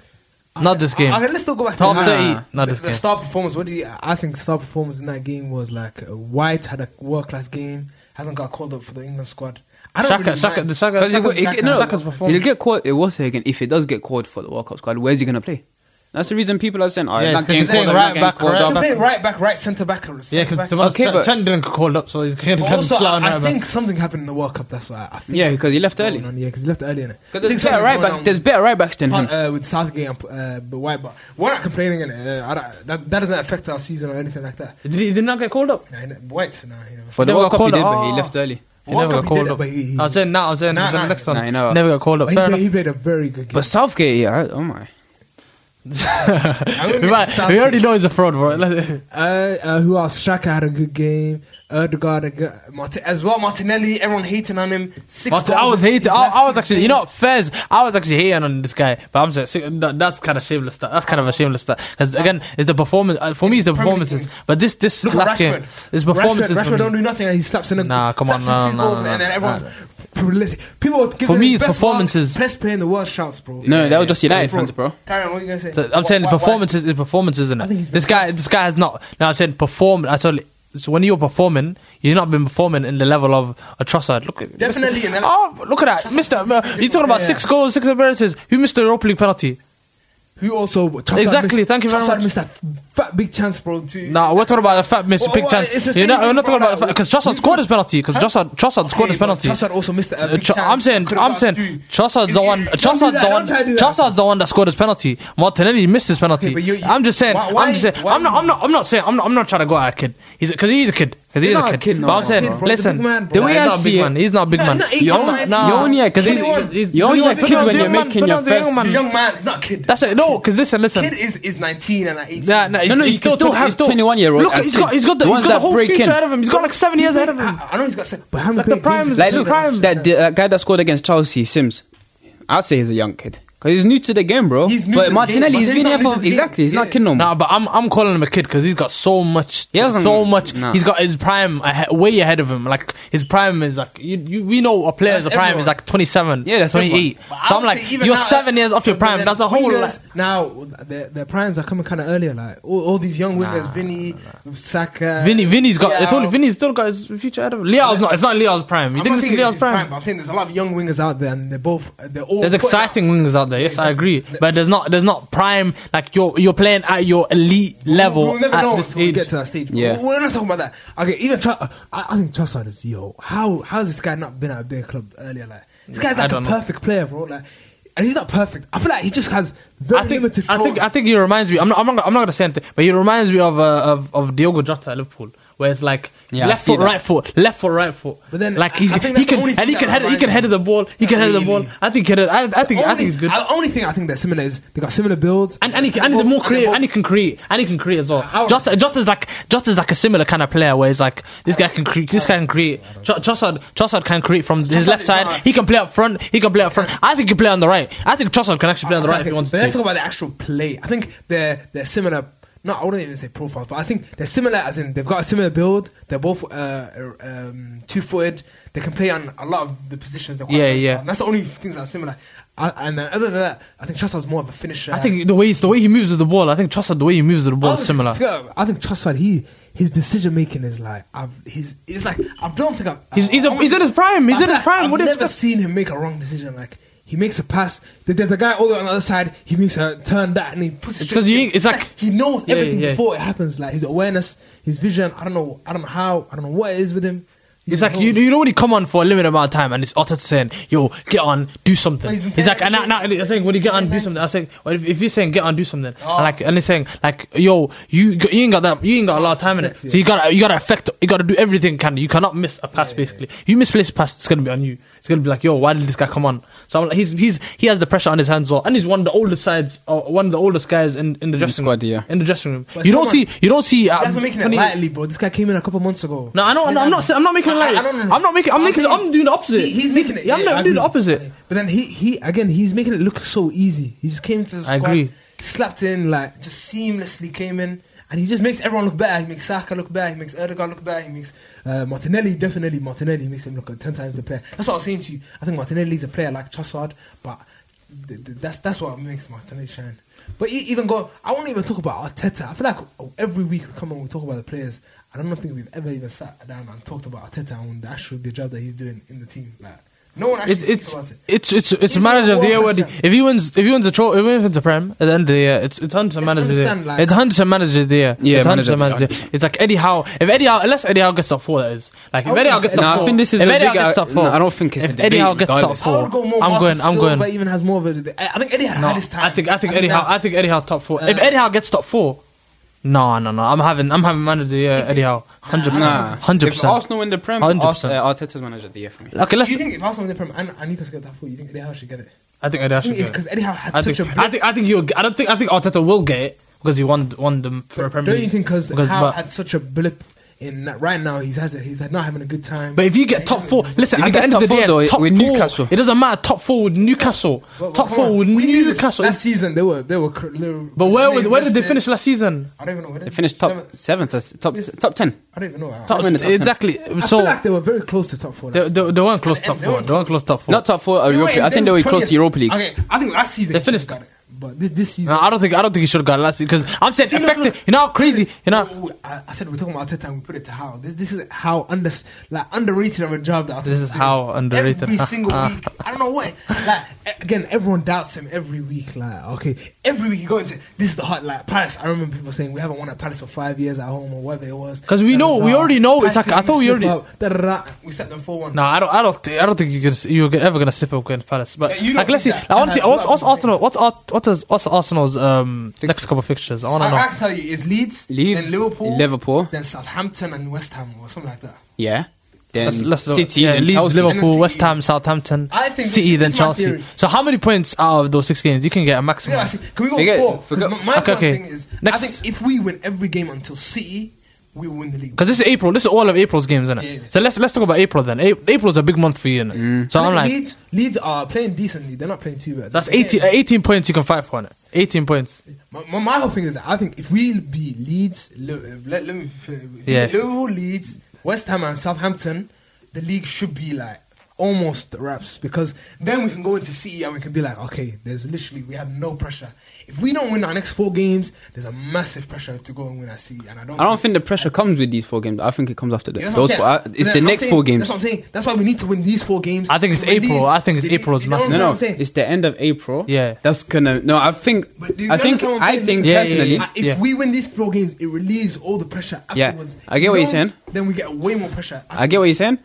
A: Not this game.
C: Okay, let's still go back
A: Top
C: to the-
A: thirty,
B: Nah.
A: not
C: the,
A: this
C: the
A: game.
C: star performance. What do you? I think the star performance in that game was like uh, White had a world class game. Hasn't got called up for the England squad. I don't
A: Shaka,
C: really
A: Shaka,
C: mind.
A: the Shaka,
B: Because
A: Shaka's,
B: it, it,
A: Shaka,
B: no,
A: Shaka's
B: he'll
A: performance.
B: get called. It was again. If it does get called for the World Cup squad, where's he gonna play? That's the reason people are saying,
A: Yeah,
B: "Oh, yeah,
A: it's
B: that
A: 'cause
B: game
A: he's playing
B: called up,
A: right
B: that game
A: back,
B: called
A: right
B: up."
C: They're playing right back, right centre back, or
A: Yeah,
C: centre back.
A: because okay,
B: Okay, but-
A: Trent didn't get called up, so he's getting
C: Also,
A: slammed.
C: I, I
A: right back.
C: think something happened in the World Cup. That's why I think.
B: Yeah, because he left
C: something's
B: early.
C: going on, Yeah, because he left early. innit? I
B: Because
C: think
B: there's better
C: something's
B: right
C: going
B: backs.
C: on.
B: There's better right backs than him.
C: Uh, with Southgate and uh, but why? But we're not complaining in it. Uh, I don't- that, that doesn't affect our season or anything like that.
A: Did he, did he not get called up?
C: Nah, he- White, nah, he never.
B: For the
A: They were
B: World Cup, he
A: called
B: did,
A: up.
B: but he left early.
A: He
C: World
A: never
C: Cup
A: got
C: he
A: called
C: did it,
A: up.
C: but he- he-
A: I was saying now. I was saying
C: Nah,
A: the
C: nah,
A: next
C: nah,
A: one.
B: he never-
A: Never got called up.
C: But he,
A: Fair
C: played,
A: enough.
C: he played a very good game.
B: But Southgate, yeah, oh my.
C: I
A: [laughs]
C: wouldn't
A: We,
C: get
A: might-
C: Southgate.
A: we already know he's a fraud, bro. Let's-
C: Uh, uh, who else? Shaka had a good game. Erdogan, a good, Marti- as well. Martinelli, everyone hating on him. Six
A: Martin,
C: goals
A: I was
C: in
A: hating.
C: his
A: I,
C: last
A: I was
C: six
A: actually, you
C: games.
A: know, Fez. I was actually hating on this guy, but I'm saying that, that's kind of shameless. Stuff. That's kind of a shameless stuff. Because again, it's the performance. Uh, for me, it's the
C: Premier League
A: performances.
C: games.
A: But this this
C: Look
A: last
C: at
A: game,
C: Rashford.
A: his
C: Rashford,
A: performances.
C: Rashford
A: for me.
C: don't do nothing and he slaps in a
A: Nah, come on, no,
C: slaps in two
A: no,
C: goals
A: no,
C: and then
A: no,
C: everyone's
A: no.
C: prolific. People are giving
A: For
C: him
A: me,
C: the
A: his
C: best
A: performances-
C: world, best player in the world shouts, bro.
B: No, that was just United
C: Bro,
B: fans, bro.
C: Karen, what are you gonna say?
A: So I'm
C: Why-
A: saying the
C: why- why-
A: performances is performances, isn't
C: I think
A: it?
C: he's been
A: This guy,
C: close.
A: this guy has not. Now I'm saying perform. I told you, so when you're performing, you've not been performing in the level of a Trossard. Look at
C: Definitely,
A: Mr.
C: and then-
A: Oh, look at that, Mister. You're talking about
C: Yeah.
A: six goals, six appearances. Who missed the Europa League penalty?
C: Who also Trossard
A: Exactly,
C: missed-
A: thank you very
C: Trossard
A: much.
C: missed that fat big chance, bro. To
A: No, we're talking about the fat missed
C: Well,
A: big
C: well,
A: chance.
C: it's the
A: You're
C: same
A: not,
C: thing,
A: we're not
C: bro,
A: talking about
C: like,
A: because
C: we-
A: Trossard scored his penalty. Because
C: Huh?
A: Trossard, Trossard
C: Okay,
A: scored his
C: but
A: penalty.
C: Trossard also missed a
A: So,
C: big
A: Tro-
C: chance.
A: I'm saying,
C: Could've
A: I'm
C: got
A: saying,
C: two.
A: Trossard's the
C: Don't
A: one.
C: do that, don't
A: Trossard's
C: try
A: the
C: to
A: one.
C: do that.
A: Trossard's the one that scored his penalty. Martinelli missed his penalty.
C: Okay, but you- you-
A: I'm just saying.
C: why-
A: I'm
C: why-
A: just saying.
C: why
A: I'm not.
C: you-
A: I'm not. I'm not saying. I'm not. I'm not trying to go at a kid. He's because he's a kid. Because he's
B: He's
A: a
B: not a
A: kid.
B: kid, no,
A: but I'm
B: bro.
A: saying,
C: He's a big
A: listen.
C: man, bro.
A: the way
B: He's
A: I
B: not a
A: see
B: big
A: it-
B: man.
A: he's not a big
C: He's
A: man.
C: not- he's
A: You're
C: not 18,
A: not-
C: man.
A: nah.
B: You're only a kid.
A: He's-
C: You're
A: he's-
B: only a
A: he's
B: kid
A: put on
B: when
A: the
B: you're
A: young man,
B: making
A: put
B: your
A: on the young
B: first-
A: man.
C: He's a young man. He's not a kid.
A: That's it. No, because listen, listen.
C: kid is is 19 and like 18.
A: Yeah, no,
B: no, he's still twenty- he's 21-year-old
A: Look,
B: as
A: he's got,
B: kids.
A: he's got the,
B: The
A: he's
B: ones
A: got the
B: that
A: whole
B: break
A: future
B: in.
A: ahead of him. He's got like seven years ahead of him.
C: I, I know he's got seven, but how many
A: Like the
C: big games
A: prime
C: has
A: is-
C: he
B: Like
A: He's
C: played?
B: look,
A: prime.
B: that, that guy that scored against Chelsea, Sims. I'd say he's a young kid. Because he's new to the game, bro.
C: He's new to
B: but
C: the
B: Martinelli,
C: game.
B: he's been
C: Martinelli's
B: here
C: not new
B: for
C: to the game.
B: exactly. He's not
C: Yeah.
B: kid no more.
A: Nah, but I'm I'm calling him a kid because he's got so much,
B: He hasn't-
A: so much.
B: nah.
A: He's got his prime ahe- way ahead of him. Like his prime is like you, you we know a player's
C: That's
A: prime
C: everyone.
A: is like 27,
B: Yeah, that's
A: 28.
C: But I
A: So
C: would
A: I'm like,
C: say even
A: you're
C: now,
A: seven years off your
C: but
A: prime.
C: then
A: That's a whole
C: wingers,
A: lot.
C: Now their, their primes are coming kind of earlier. Like all, all these young wingers, Vinny, Saka,
A: Vinny, Vinny's got. I told you,
C: Liao.
A: Vinny's still got his future ahead of him. Leo's not. It's not Leo's prime. You
C: I'm
A: didn't
C: not
A: see
C: saying
A: Leo's
C: it's his
A: prime.
C: but I'm saying there's a lot of young wingers out there, and they're both they're all.
A: There's
C: putting out-
A: exciting wingers out there. Yes, I agree. But there's not. There's not prime. Like you're you're playing at your elite level
C: We'll never
A: at
C: know
A: this
C: until we
A: age.
C: get to that stage. But
B: Yeah.
C: We're not talking about that. Okay, even Tra- uh, I, I think Trossard is yo. How how's this guy not been at their club earlier? Like this guy's
A: I
C: like a
A: don't know.
C: perfect player, bro. Like, and he's not perfect. I feel like he just has very
A: I think,
C: limited.
A: I think
C: flaws.
A: I think he reminds me. I'm not. I'm not, gonna- I'm not gonna say anything. But he reminds me of uh, of of Diogo Jota at Liverpool, where it's like
B: Yeah, I
A: left
B: see
A: foot,
B: that.
A: right foot, left foot, right foot.
C: But then
A: like
C: I-
A: he's,
C: I think
A: he
C: that's the
A: can
C: only
A: and he
C: thing
A: can
C: that
A: head he can
C: reminds
A: head the ball. He can head the ball.
C: Really?
A: I think he can. I, I think I
C: Only-
A: think he's good.
C: The only thing I think they're similar is they got similar builds.
A: And, and, he,
C: they're
A: and he's
C: both-
A: more
C: they're
A: creative,
C: both-
A: and he can create, and he can create as well.
C: I would-
A: Jota, Jota's like Jota's like a similar kind of player where it's like this guy can create, this guy can create. Jo- Trossard, Trossard can create from his
C: Trossard
A: left
C: is
A: side.
C: not-
A: He can play up front. He can play up front. I think he can play on the right. I think Trossard can actually play on the right if he wants
C: but let's talk
A: to.
C: about the actual play. I think they're they're similar. No, I wouldn't even say profiles, but I think they're similar. As in, they've got a similar build. They're both uh, um, two-footed. They can play on a lot of the positions. They're quite
A: Yeah,
C: versatile.
A: yeah.
C: And that's the only things that are similar. I, and uh, other than that, I think Trossard's more of a finisher.
A: I think the way he's- the way he moves with the ball, I think Trossard the way he moves with the ball is
C: Honestly,
A: similar.
C: yeah, I think Trossard, he his decision making is like I've he's it's like I don't think I've,
A: He's- he's a- he's in his prime, he's
C: I've-
A: in his prime,
C: I've
A: what do you
C: never
A: expect?
C: seen him make a wrong decision. Like he makes a pass. th- There's a guy all the way on the other side. He makes a turn that and he puts it.
A: It's 'cause
C: straight
A: you-
C: in.
A: it's like-
C: he knows
A: Yeah,
C: everything
A: yeah.
C: before it happens. Like his awareness, his vision. I don't know. I don't know how. I don't know what it is with him. He
A: It's
C: just
A: like you,
C: knows.
A: you know when you come on for a limited amount of time and it's Otter saying, "Yo, get on, do something."
C: He's been
A: He's like,
C: playing
A: and now, now I'm saying, "When you get on, do something." I'm saying, well, if, if you're saying get on, do something,
C: Oh.
A: and like, and he's saying, like, "Yo, you you ain't got that, you ain't got a lot of time in it, so you gotta you gotta affect, you gotta do everything you can. You cannot miss a pass. basically, you misplace a pass, it's gonna be on you. It's gonna be like, yo, why did this guy come on? So I'm like, he's he's he has the pressure on his hands well, and he's one of the oldest sides, or one of the oldest guys in, in the dressing
B: squad,
A: room.
B: yeah.
A: In the dressing room,
C: But
A: you don't
C: come on.
A: see you don't see. Uh,
C: That's not making it
A: 20
C: lightly, bro. This guy came in a couple months ago.
A: no, I don't.
C: He's
A: No, I'm not.
C: like-
A: saying- I'm not making it
C: I-
A: like.
C: I don't know.
A: I'm not making. I'm making.
C: saying-
A: I'm doing the opposite.
C: He, he's making it.
A: Yeah, I'm
C: I
A: not doing the
C: agree.
A: opposite.
C: But then he, he again, he's making it look so easy. He just came to the
A: I
C: squad,
A: agree.
C: slapped in like just seamlessly came in, and he just makes everyone look better. He makes Saka look better. He makes Erdogan look better. He makes uh, Martinelli definitely Martinelli makes him look ten times the player. That's what I was saying to you. I think Martinelli's a player like Trossard, but th- th- that's that's what makes Martinelli shine. But e- even go, I won't even talk about Arteta. I feel like every week we come and we talk about the players. I don't think we've ever even sat down and talked about Arteta and the actual the job that he's doing in the team. Like no one actually
A: It's
C: speaks
A: it's
C: about it.
A: it's it's it's a
C: He's
A: manager
C: not
A: of the year. where the-
C: 1%.
A: If he wins, if he wins the trophy, if he wins the prem at the end of the year, it's it's hundreds of
C: It's
A: managers. of the year.
C: understand, like-
A: It's hundreds of managers of the year.
B: Yeah,
A: it's hundreds of
B: manager of the
A: managers. of the year. It's like Eddie Howe. If Eddie Howe, unless Eddie Howe gets top four, that is. Like if
C: I
A: Eddie Howe
C: wouldn't
A: gets
C: say-
A: top
B: No, I
A: four,
B: think this is
A: if
B: a
A: Eddie Howe
B: big-
A: gets top
B: no,
A: four,
B: I don't think it's a
A: if Eddie
B: debate
A: Howe gets top
B: regardless.
A: four,
C: I would go more.
A: I'm
C: Marcus
A: going. I'm
C: Silva
A: going.
C: even has more of a. I think Eddie had
A: No,
C: his time.
A: I think I think Eddie Howe. I
C: that-
A: think Eddie Howe top four. if
C: Uh,
A: Eddie Howe gets top four, no, no, no. I'm having I'm having manager of the year. Eddie Howe, hundred
B: Nah.
A: percent, hundred
B: If
A: percent.
B: Arsenal win the Prem,
A: 100%.
B: Arsenal, uh, Arteta's manager of the year for me.
A: Okay, let's.
C: Do you think if Arsenal win the Prem and, and Newcastle get that four, you think Eddie Howe should get it?
A: I think Eddie Howe should get
C: Because
A: it.
C: Eddie Howe had
A: I
C: such
A: think,
C: a.
A: I think I think you'll. get- I don't think I think Arteta will get it because he won won the Premier
C: don't
A: League.
C: you think cause
A: Because-
C: Howe
A: but,
C: had such a blip in that right now? He's has a, he's not having a good time.
A: but if you get top four, listen.
B: If he
A: At the
B: gets
A: end of the
B: top four,
A: day,
B: though,
A: top
B: with
A: four,
B: Newcastle.
A: it doesn't matter. Top four with Newcastle.
C: But- but
A: top
C: come
A: four
C: on,
A: with
C: we knew this
A: Newcastle.
C: last season they were they were. cr- they were-
A: but where
C: they
A: was, where did they
C: invested-
A: finish last season?
C: I don't even know. Where
B: They finished top seventh, or top top ten.
C: I don't even know.
B: Top- in the ten.
A: exactly.
C: I
A: so
C: feel like they were very close to top four.
A: they,
C: last
A: they, they weren't close to
C: And-
A: top
C: and they
A: four.
C: weren't
A: They weren't close to top four.
B: Not top four. Or
C: They were
B: Europa.
C: in
B: I think they were close
C: 20th.
B: to Europa League.
C: Okay, I think last season
A: They
C: he should've
A: finished.
C: got it, but this this season.
A: No, I don't think I don't think he should have got last because I'm saying
C: See, look,
A: effective.
C: look.
A: you know how crazy. You know
C: Oh, I, I said we're talking about Arteta and we put it to how this this is how under like underrated of a job that Arteta's
A: This is
C: doing.
A: how underrated.
C: every single week. I don't know what like a- again everyone doubts him every week. Like okay, every week you go into this is the hot like Palace. I remember people saying we haven't won at Palace for five years at home or whatever it was.
A: 'Cause we know- we already know. It's
C: Palace
A: like- I thought we
C: slip
A: already-
C: up, da-da-da. we set them four one.
A: No, I don't. I don't. Th- I don't think you can, you're g- ever gonna slip up against Palace. But
C: Yeah, you don't
A: like, let's see.
C: think
A: Like,
C: that.
A: I want to see
C: And I
A: what's,
C: love
A: what's
C: what you
A: Arsenal. What's Art- what is what's Arsenal's um, next couple of fixtures? I want
C: I,
A: to
C: I
A: know.
C: can tell you, it's Leeds,
B: Leeds,
C: then Liverpool,
B: Liverpool.
C: then Southampton and West Ham or something like that.
B: Yeah. Then
A: Let's, let's look.
B: City,
A: yeah,
B: then
A: Leeds,
B: Chelsea.
A: Liverpool,
C: And then
A: West
C: City.
A: Ham, Southampton,
C: I think this-
A: City,
C: this
A: then
C: is my
A: Chelsea.
C: theory.
A: So how many points out of those six games you can get a maximum?
C: Yeah, I see. Can we go
B: Forget-
C: four? 'Cause
B: forget-
C: m- My
A: Okay,
C: one
A: okay.
C: thing is,
A: Next.
C: I think if we win every game until City, we will win the league.
A: Because this is April. This is all of April's games, isn't it?
C: Yeah.
A: So let's let's talk about April then. A- April's a big month for you, innit?
B: Mm.
A: So
C: I
A: I'm
C: think
A: like,
C: Leeds, Leeds are playing decently. They're not playing too bad.
A: that's
C: They're
A: 18,
C: getting-
A: 18 points you can fight for, innit? 18 points.
C: My, my, my whole thing is that I think if we beat Leeds, Li- let, let me finish. If we
A: Yeah.
C: beat Liverpool, Leeds, West Ham, and Southampton, the league should be like almost wraps because then we can go into City and we can be like, okay, there's literally we have no pressure. If we don't win our next four games, there's a massive pressure to go and win at City, and I don't.
B: I don't think the pressure comes with these four games. I think it comes after the,
C: Yeah, that's what
B: those
C: I'm
B: four.
C: saying.
B: I, it's
C: That's
B: the
C: what I'm
B: next
C: saying.
B: four games.
C: That's what I'm saying. That's why we need to win these four games.
A: I think it's
C: to relieve-
A: April. I think it's
C: you- you
A: April's
C: know what
A: massive.
B: No,
C: I'm
B: no,
C: saying?
B: it's the end of April.
A: Yeah.
B: that's gonna. No, I think.
C: But do you
B: I think.
C: understand what I'm
B: I
C: saying?
B: think
A: Yeah, yeah,
B: personally.
A: yeah.
C: Uh, if we win these four games, it relieves all the pressure
B: Yeah,
C: afterwards.
B: I get
C: If
B: what
C: we
B: you're
C: don't,
B: saying.
C: Then we get way more pressure.
B: I get what you're saying,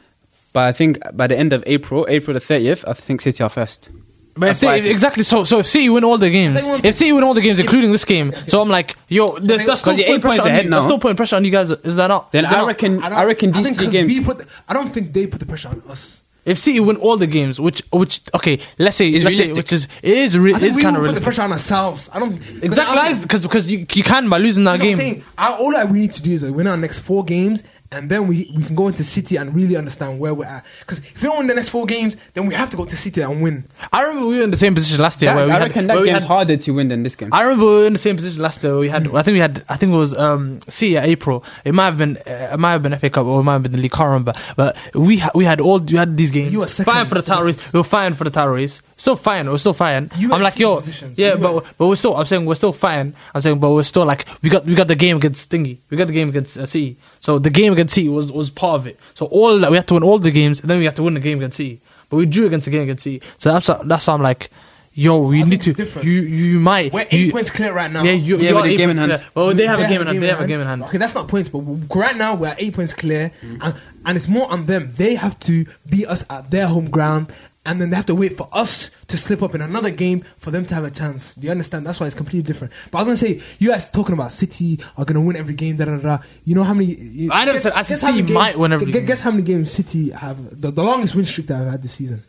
B: but I think by the end of April, April the thirtieth, I think City are first.
A: But if
B: That's what I
A: they, if,
B: think.
A: exactly so, so if City win all the games,
C: They won't-
A: if City win all the games, including this game, so I'm like, yo, there's, that's still
B: Because you're
A: putting
B: eight points
A: pressure on
B: ahead
A: you.
B: now.
A: That's still putting pressure on you guys. Is that not?
B: Then
A: Is that
B: I
A: not-
B: reckon. I,
C: don't-
B: reckon
C: I
B: these
C: think
B: three
C: 'cause
B: games.
C: We put the, I don't think they put the pressure on us.
A: if City win all the games, which which okay, let's say,
B: It's
A: let's say
B: realistic.
A: which is it is re-
C: I think
A: is
C: we
A: kind
C: will
A: of
C: put the
A: realistic.
C: pressure on ourselves. I don't 'cause
A: Exactly,
C: I'm saying-
A: because because you, you can by losing that
C: that's what
A: game.
C: I'm saying. I, all that we need to do is like, win our next four games, and then we, we can go into City and really understand where we're at. Because if we don't win the next four games, then we have to go to City and win.
A: I remember we were in the same position last year.
B: That-
A: where we
B: I
A: had,
B: reckon that
A: where we
B: game's
A: had-
B: harder to win than this game.
A: I remember we were in the same position last year. Where we had, I think we had, I think it was um, City at April. It might have been, uh, it might have been FA Cup or it might have been the league. Can't remember. But we ha- we had all we had these games.
C: You were second.
A: fine for the title race. We were fine for the title race. Still fine. We're still fine.
C: You were
A: I'm
C: in
A: like
C: City's
A: yo,
C: position, so
A: yeah,
C: you
A: but
C: were-
A: but we're still. I'm saying we're still fine. I'm saying, but we're still like we got we got the game against Stingy. We got the game against uh, City. So the game against City was was part of it. So all that we had to win all the games, and then we had to win the game against City. But we drew against the game against City. So that's that's why I'm like. Yo, we
C: think
A: need to.
C: it's different.
A: You you might.
C: We're eight
A: you-
C: points clear right now.
A: yeah, you,
B: Yeah,
A: you
B: with
A: are
B: a
A: eight
B: game
A: points
B: in
A: clear.
B: hand.
A: Well, they have a game in hand. They have a game in hand. Mm.
C: Okay, that's not points, but w- right now we're at eight points clear, and, and it's more on them. They have to beat us at their home ground, and then they have to wait for us to slip up in another game for them to have a chance. Do you understand? That's why it's completely different. But I was gonna say, you guys talking about City are gonna win every game. Da da da. da. You know how many? you-
A: I never said- I said
C: how
A: City
C: many
A: might win every
C: gu-
A: game.
C: Guess how many games City have? The, the longest win streak that I've had this season.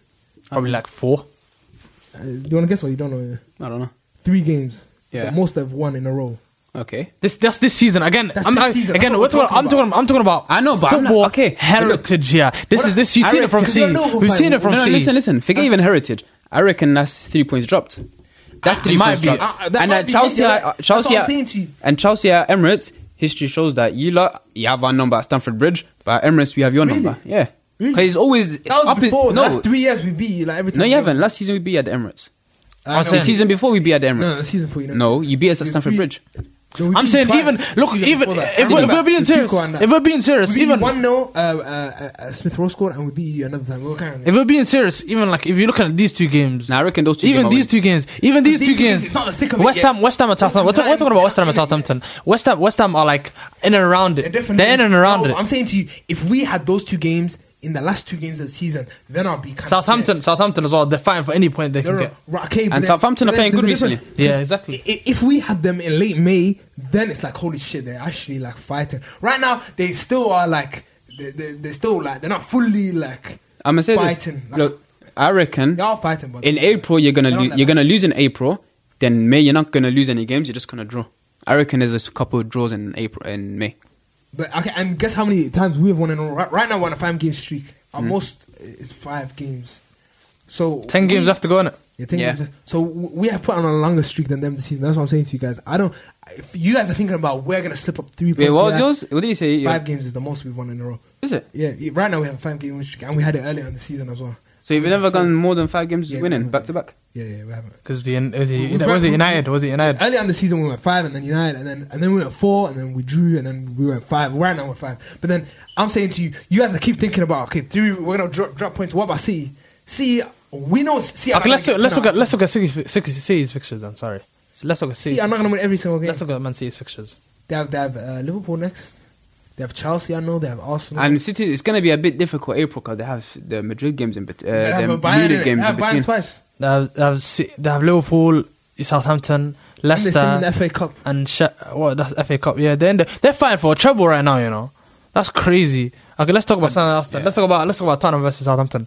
A: Probably like four.
C: Uh, do you wanna guess what you don't know?
B: I don't know.
C: Three games.
B: Yeah.
C: That most have won in a row.
B: Okay.
A: This that's this season again.
C: That's
A: I'm,
C: this
A: I-
C: season.
A: Again,
C: That's
A: we're
C: what
A: talking,
C: we're
A: I'm talking. I'm talking about.
B: I know, but I'm not-
A: football
B: okay, but
A: heritage. Yeah, this
C: What
A: is
C: I-
A: this. You've
B: I
A: seen it
B: reckon-
A: from
C: because we're
A: City.
C: Liverpool
A: We've
C: fan.
A: seen it
B: No,
A: from
B: no,
A: City.
B: listen, listen. Forget even heritage. I reckon that's three points dropped. That's three
A: might
B: points
A: be.
B: dropped.
C: Uh, that
B: and
C: might
B: uh,
C: be,
B: Chelsea,
C: yeah,
B: are-
C: yeah.
B: uh,
C: That's what
B: Chelsea,
C: I'm
B: are-
C: saying to you.
B: and Chelsea at Emirates. History shows that you lot, you have our number at Stamford Bridge, but at Emirates we have your
C: Really?
B: number. Yeah,
C: Really?
B: because it's always it's
C: That was
B: up is-
C: before.
B: no,
C: the last three years we beat you like every time.
B: no, you
C: we-
B: haven't. Last season we beat at the Emirates.
C: I
A: I'm
C: know.
B: The
A: saying-
B: season before we beat at the Emirates.
C: No, no, season four. You know.
B: No, you beat us at
C: We
B: Stamford
C: beat-
B: Bridge.
C: No, we
A: I'm
C: beat
A: saying
C: twice
A: even
C: the
A: look
C: season
A: even
C: before that. I
A: if we're, if
C: remember.
A: we're being
C: The
A: serious
C: Fico and that.
A: if we're being
C: we
A: serious
C: beat
A: even
C: one 0 uh, uh, uh, Smith Rowe scored and we beat you another time. We were carrying it.
A: if we're being serious even like if you're looking at these two games
B: Now I reckon those two
A: even
B: games are
A: these two games, even these
C: These
A: two
C: games,
A: games,
C: it's not the thick of it
A: West
C: yet.
A: Ham, West Ham and
C: West
A: Southampton. We're,
C: Ham
A: talking- we're talking about
C: are
A: West Ham and
C: in it yet.
A: Southampton. West Ham, West Ham are like in and around
C: They're
A: it.
C: definitely-
A: They're in and around
C: No,
A: it.
C: I'm saying to you, if we had those two games in the last two games of the season, then I'll be kind
A: Southampton, Southampton as well. They're fighting for any point they
C: They're
A: can
C: right,
A: get.
C: okay, but
B: And
C: then-
B: Southampton
C: but
B: are
C: then
B: playing good
C: there's a
B: recently.
C: difference.
A: Yeah, exactly.
C: I- If we had them in late May, then it's like holy shit, they're actually like fighting. Right now, they still are like they they they're still like they're not fully like
B: I'm gonna say
C: fighting.
B: this.
C: Like,
B: Look, I reckon
C: they are fighting, but
B: in April you're gonna
C: They're on
B: lo-
C: that
B: you're
C: last-
B: gonna lose in April. Then May you're not gonna lose any games. You're just gonna draw. I reckon there's a s- couple of draws in April in May.
C: But okay, and guess how many times we have won in a row? Right, right now, we're on a five game streak. Our
B: Hmm.
C: most is five games. So
A: Ten games
C: we,
A: left to go in it.
C: Yeah, ten
B: Yeah.
C: games. So w- we have put on a longer streak than them this season. That's what I'm saying to you guys. I don't. If you guys are thinking about we're gonna slip up three.
B: Wait,
C: points
B: what was
C: here,
B: yours? What did you say?
C: Five games is the most we've won in a row.
B: Is it?
C: Yeah, y- right now we have a five game win streak, and we had it earlier in the season as well.
B: So you've never gone more than five games
C: Yeah,
B: winning
C: yeah.
B: back to back.
C: Yeah, yeah, we haven't.
A: Because the was
C: We- we Uh,
A: it,
C: broke-
A: was it United? Was it United?
C: Earlier in the season, we went five, and then United, and then and then we went four, and then we drew, and then we went five. Right now we're five. But then I'm saying to you, you guys are keep thinking about okay, three. We're gonna drop, drop points. What about C? C, we know C. are
A: Okay,
C: not
A: let's
C: gonna
A: look,
C: get
A: let's look at
C: turnaround.
A: let's look at City, fi- City, City's fixtures. then, sorry. So let's look at City's
C: C. I'm not gonna
A: fixtures.
C: win every single game.
A: Let's look at Man City's fixtures.
C: They have they have uh, Liverpool next. They have Chelsea. I know they have Arsenal.
A: uh,
B: And City, it's gonna be a bit difficult April because they have the Madrid games in between.
C: they
B: Uh,
C: have
B: the
C: a Bayern.
B: Munich
C: They
B: games
C: have
B: in
C: Bayern
B: between.
C: twice.
A: They have, they have, Ci- they have Liverpool, Southampton,
C: And they're still in the
A: Leicester,
C: FA Cup.
A: and She- what that's FA Cup. Yeah, they're in the, they're fighting for a treble right now. You know, that's crazy. Okay, let's talk about something else. then.
B: yeah.
A: Let's talk about let's talk about Tottenham versus Southampton.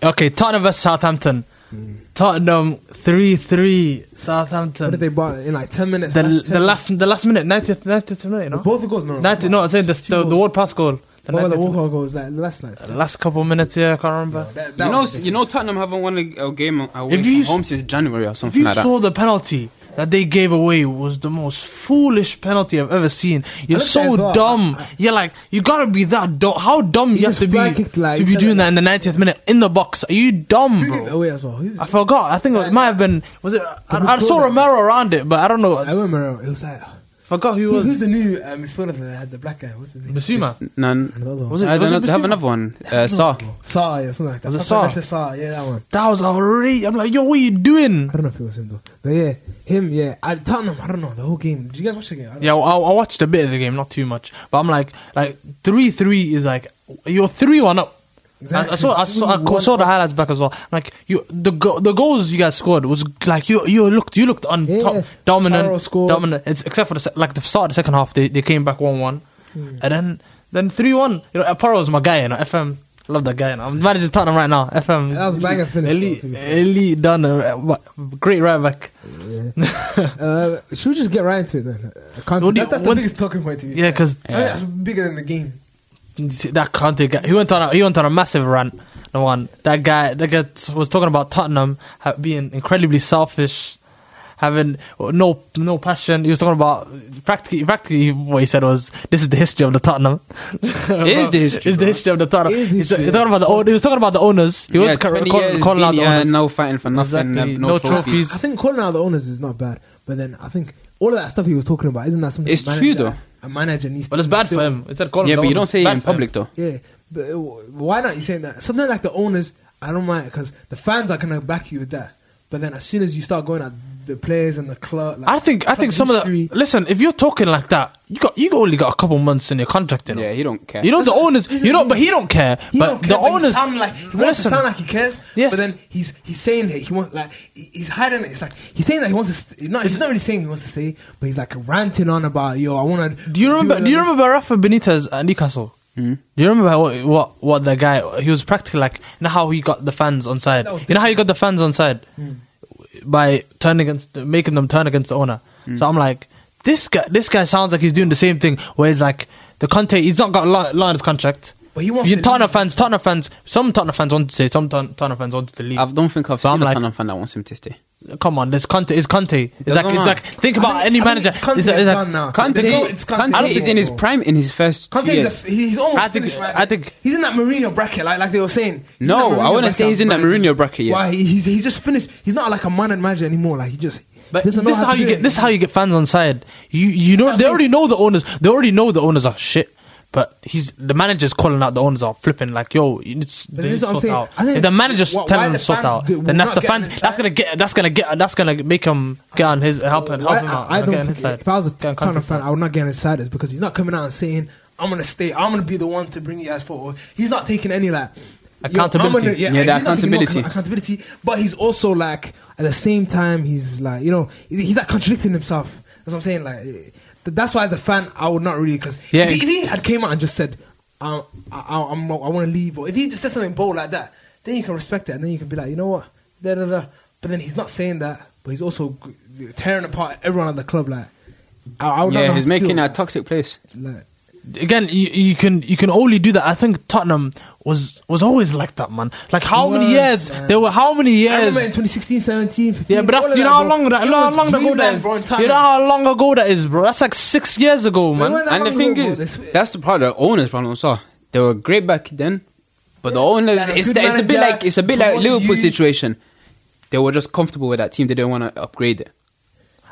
A: Okay, Tottenham versus Southampton.
C: Hmm.
A: Tottenham three three Southampton.
C: What did they buy in like ten minutes?
A: the,
C: last
A: the
C: 10
A: last the last minute 90th 90th minute no
C: both the goals, no,
A: 90 no I said the the, the Ward pass goal the
C: What were the
A: 90th
C: Walker goals like last night?
A: the last couple of minutes yeah I can't remember
C: That- that
B: You know,
C: was
B: you know, Tottenham haven't won a, a game uh, away
A: If
B: from
A: you-
B: home since January or
A: if
B: something
A: you
B: like that.
A: saw the penalty that they gave away was the most foolish penalty I've ever seen you're
C: looked at it
A: so
C: as well.
A: dumb you're like you gotta be that dumb how dumb you, have
C: just
A: to be
C: flag kicked, like,
A: to be
C: you
A: doing that
C: said
A: in the 90th minute in the box are you dumb
C: Who gave it [laughs]
A: bro
C: away as well? Who-
A: I forgot I think it might have been was it I, I
C: who
A: saw
C: scored it?
A: Romero around it but I don't know
C: I
A: I
C: remember it was like
A: forgot who
C: who- who's
A: was
C: the new uh, midfielder that had the black guy? What's his name?
A: Basuma
B: None.
C: Another one.
A: Was it-
B: I don't know.
A: it
B: They have
A: Basuma?
B: another one. Uh, Saw.
C: Saar, yeah, something like that.
A: Was it
C: Something
A: Saar?
C: like Saar, yeah, that one.
A: that was outrageous I'm like yo what are you doing
C: I don't know if it was him though. But yeah, him, yeah. I Tottenham, I don't know, the whole game. Did you guys watch the game? I don't
A: Yeah, well, I, I watched a bit of the game, not too much, but I'm like, like three three is like you're three one up. I, I
C: Exactly.
A: saw, I saw, I
C: Three,
A: co-
C: one
A: saw the
C: up.
A: highlights back as well. Like you, the go- the goals you guys scored was like you, you looked, you looked on
C: Yeah.
A: top,
C: Barrow
A: dominant,
C: scored.
A: dominant. It's, except for the se- like the start of the second half, they, they came back one one,
C: Hmm.
A: and then then three one. You know, Aparo's my guy, you know, FM. Love that guy. You know. I'm managing Tottenham right now. FM.
C: That was banger finish,
A: Elite,
C: though, to be fair.
A: elite done. Uh, great right back. [laughs]
C: Uh, should we just get right into it then? Uh, Kante,
A: What do you-
C: that's, that's the
A: what-
C: biggest talking point to me.
A: Yeah, because
C: I think that's bigger than the game.
A: That Conte guy, he went on a, he went on a massive rant. The one that guy that guy t- was talking about Tottenham ha- being incredibly selfish, having no no passion. He was talking about practically practically what he said was this is the history of the
B: [laughs]
A: Tottenham. it
B: is the history,
A: It's the
B: bro.
A: history of the Tottenham.
C: It is
A: He's,
C: history,
A: he's talking about the own- he was talking about the owners. He was ca- call- calling out the
B: yeah,
A: owners.
B: no fighting for nothing.
A: Exactly.
B: uh, No,
A: No
B: trophies.
A: trophies.
C: I think calling out the owners is not bad, but then I think all of that stuff he was talking about isn't that something?
B: It's
C: a manager-
B: true, though.
C: A manager needs.
A: But it's
C: to
A: bad
C: still-
A: for him. It's calling
B: Yeah,
A: the
B: but you don't
A: owners.
B: say it
A: Bad
B: in
A: for him.
B: public though.
C: Yeah, but uh, why not? You saying that something like the owners? I don't mind because the fans are gonna back you with that. But then as soon as you start going at the players and the club, like,
A: I think I think
C: club
A: some of the
C: history-
A: listen. If you're talking like that, you got you only got a couple months in your contract. You know?
B: Yeah, he don't care.
A: You know the owners.
C: He's
A: You
C: a-
A: know, but he don't care.
C: He
A: but
C: don't care,
A: the
C: but he
A: owners.
C: sound like he wants to
A: listen,
C: sound like he cares.
A: Yes.
C: But then he's he's saying that he wants like he- he's hiding it. It's like he's saying that he wants to. St- no, he's not really saying he wants to say, but he's like ranting on about yo. I want to.
A: do you remember? Do you remember Rafa Benitez at Newcastle?
C: Hmm?
A: Do you remember what, what what the guy? He was practically like. You know how he got the fans on side.
C: That was Hmm.
A: You know how he got the fans on side by turning against, making them turn against the owner.
C: Hmm.
A: So I'm like, this guy. This guy sounds like he's doing the same thing. Where he's like, the Conte. He's not got long, long his contract.
C: But he wants
A: You
C: to
A: Tottenham
C: leave.
A: fans, Tottenham fans. Some Tottenham fans want to say. Some Tot- Tottenham fans want to leave.
B: I don't think I've
A: But
B: seen
A: I'm
B: a
A: like-
B: Tottenham fan that wants him to stay.
A: Come on, this Conte is Conte. It's
B: Doesn't
A: like, it's
B: matter.
A: like think about
C: I think-
A: any
C: I think
A: manager.
C: it's Conte
A: It's like- it's
C: that's
A: like-
C: done now.
B: Conte,
C: There's no- it's Conte.
B: Conte is in his prime in his first two
C: Conte is a,
B: years.
C: f- he's almost.
A: I think-
C: finished, right?
A: I think-
C: he's in that Mourinho bracket, like like they were saying. He's in
B: No,
C: that Mourinho
B: I wouldn't
C: bracket
B: say he's
C: of
B: in that
C: managers.
B: Mourinho bracket yet.
C: Why he, he's he's just finished. He's not like a man manager anymore. Like he just.
A: But this
C: doesn't
A: is
C: know
A: how
C: to
A: you
C: do
A: get
C: it.
A: this is how you get fans on side. You you know
C: I
A: they
C: think-
A: already know the owners. They already know the owners are shit. But he's the manager's calling out the owners are flipping like yo, it's
C: But
A: they
C: this is what I'm
A: sort
C: saying.
A: out.
C: I think
A: If the manager's
C: wh- why
A: telling
C: the
A: them sort
C: fans
A: out,
C: do- will
A: then that's
C: not
A: the
C: get on
A: fans.
C: his
A: That's
C: side.
A: gonna get that's gonna get that's gonna make him get on his help and help
C: Why-
A: him out.
C: I, I
A: and get on
C: don't
A: his
C: think
A: side.
C: if I was a
A: Get on
C: Tottenham
A: Conte's
C: fan,
A: side.
C: I would not get on his side is because he's not coming out and saying I'm gonna stay, I'm gonna be the one to bring you guys forward. He's not taking any like yo, I'm gonna-
A: Accountability.
B: Yeah, the
C: he's not taking no
B: accountability.
C: account- accountability. But he's also like at the same time he's like you know he- he's like contradicting himself. That's what I'm saying. Like eh, th- that's why as a fan I would not really because
A: Yeah,
C: if, he-
A: it-
C: if he had came out and just said um, I, I, I'm not- I want to leave or if he just said something bold like that, then you can respect it and then you can be like you know what da da da. But then he's not saying that. But he's also g- tearing apart everyone at the club. Like I, I would not know
B: Yeah,
C: how
B: he's
C: to
B: making
C: feel.
B: a toxic place.
C: Like,
A: again, you, you can you can only do that. I think Tottenham was was always like that, man. Like how many
C: Was,
A: years
C: man.
A: there were? How many
C: I remember in
A: years?
C: 2016, 17, 15,
A: Yeah, but
C: all
A: that's
C: of
A: you know
C: that,
A: how
C: bro.
A: long that
C: It
A: you know how
C: was
A: long ago that
C: dreamland,
A: is.
C: bro, in
A: You
C: Thailand.
A: know how long ago that is, bro. That's like six years ago,
C: when
A: man.
C: that
B: And the
C: long
B: thing
C: ago,
B: is,
C: this-
B: that's the problem. The owners' problem. So they were great back then, but the owners,
C: like a
B: it's,
C: good
B: the, it's a bit
C: manager,
B: like it's a bit like
C: promoted
B: Liverpool
C: you.
B: situation. They were just comfortable with that team. They didn't want to upgrade it.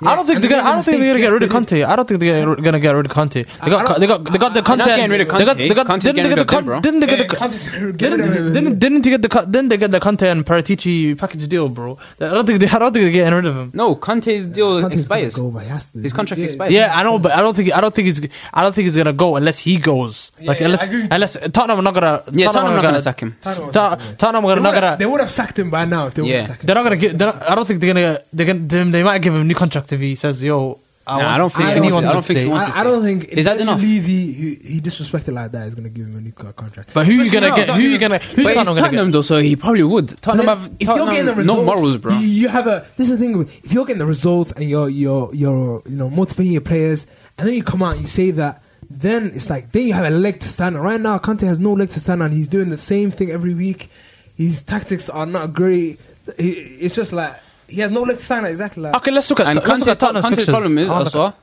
A: I don't think
C: and
A: they're
C: they
A: gonna. I
C: made
A: don't
C: a
A: think they're gonna
C: mistake.
A: get rid of
C: Yes, they
A: Conte. I don't think they're gonna get rid of Conte. They
C: I
A: got
C: don't-
A: they got they got the
C: They're
A: Conte.
B: not getting rid of
A: They got
B: Conte.
A: they got
B: Conte's
A: didn't they get
B: getting
A: the
B: rid of them,
A: Con-
B: bro.
A: didn't they get the
C: Yeah,
A: Con-
C: Conte's getting rid of
A: didn't
C: them.
A: didn't didn't they get the Con- didn't they get the Conte and Paratici package deal, bro? I don't think they, I don't think they're getting rid of him.
B: No, Conte's deal
C: Conte's gonna
B: expires.
C: go, but he has to.
B: His contract
C: Yeah.
B: expires.
A: Yeah, I know, but I don't think I don't think he's I don't think he's gonna go unless he goes. Like
C: Yeah,
A: unless
C: I agree with you.
A: unless Tottenham are not gonna
B: Yeah, Tottenham
A: are
B: not gonna sack him.
A: Ta-
C: Tottenham are-
A: Tottenham are
C: They
A: not
C: would've-
A: gonna
C: They would have sacked him by now if they would
B: Yeah.
C: have sacked him.
A: they're not gonna get. they're not- I don't think they're gonna they're gonna they, they might give him a new contract if he says yo I,
B: Nah,
A: want-
B: I don't think
C: I
B: I
C: don't
B: don't,
C: want
B: I
A: to
B: don't think
A: stay.
B: he wants to
C: I,
B: stay.
C: I don't think
B: Is that
C: if
B: enough?
C: Levy, he, he disrespected like that is going to give him a new co- contract.
A: But who you
C: Especially
A: gonna
C: now,
A: get? Who you gonna? Who's
B: But it's
A: Tottenham gonna
B: Tottenham
A: get?
B: though, so he probably would. Tottenham
C: But
B: have
C: then,
B: Tottenham, no morals, bro.
C: You, you have a. This is the thing. with- If you're getting the results and you're you're you're you know motivating your players, and then you come out and you say that, then it's like then you have a leg to stand on. Right now, Conte has no leg to stand on. He's doing the same thing every week. His tactics are not great. He, it's just like he has no leg to stand on. Exactly. Like,
A: Okay, let's look at.
B: and
A: let's look
B: Conte,
A: at Tottenham's
B: Conte's
A: fixtures.
B: problem is
A: I'll
B: as
A: look
B: well.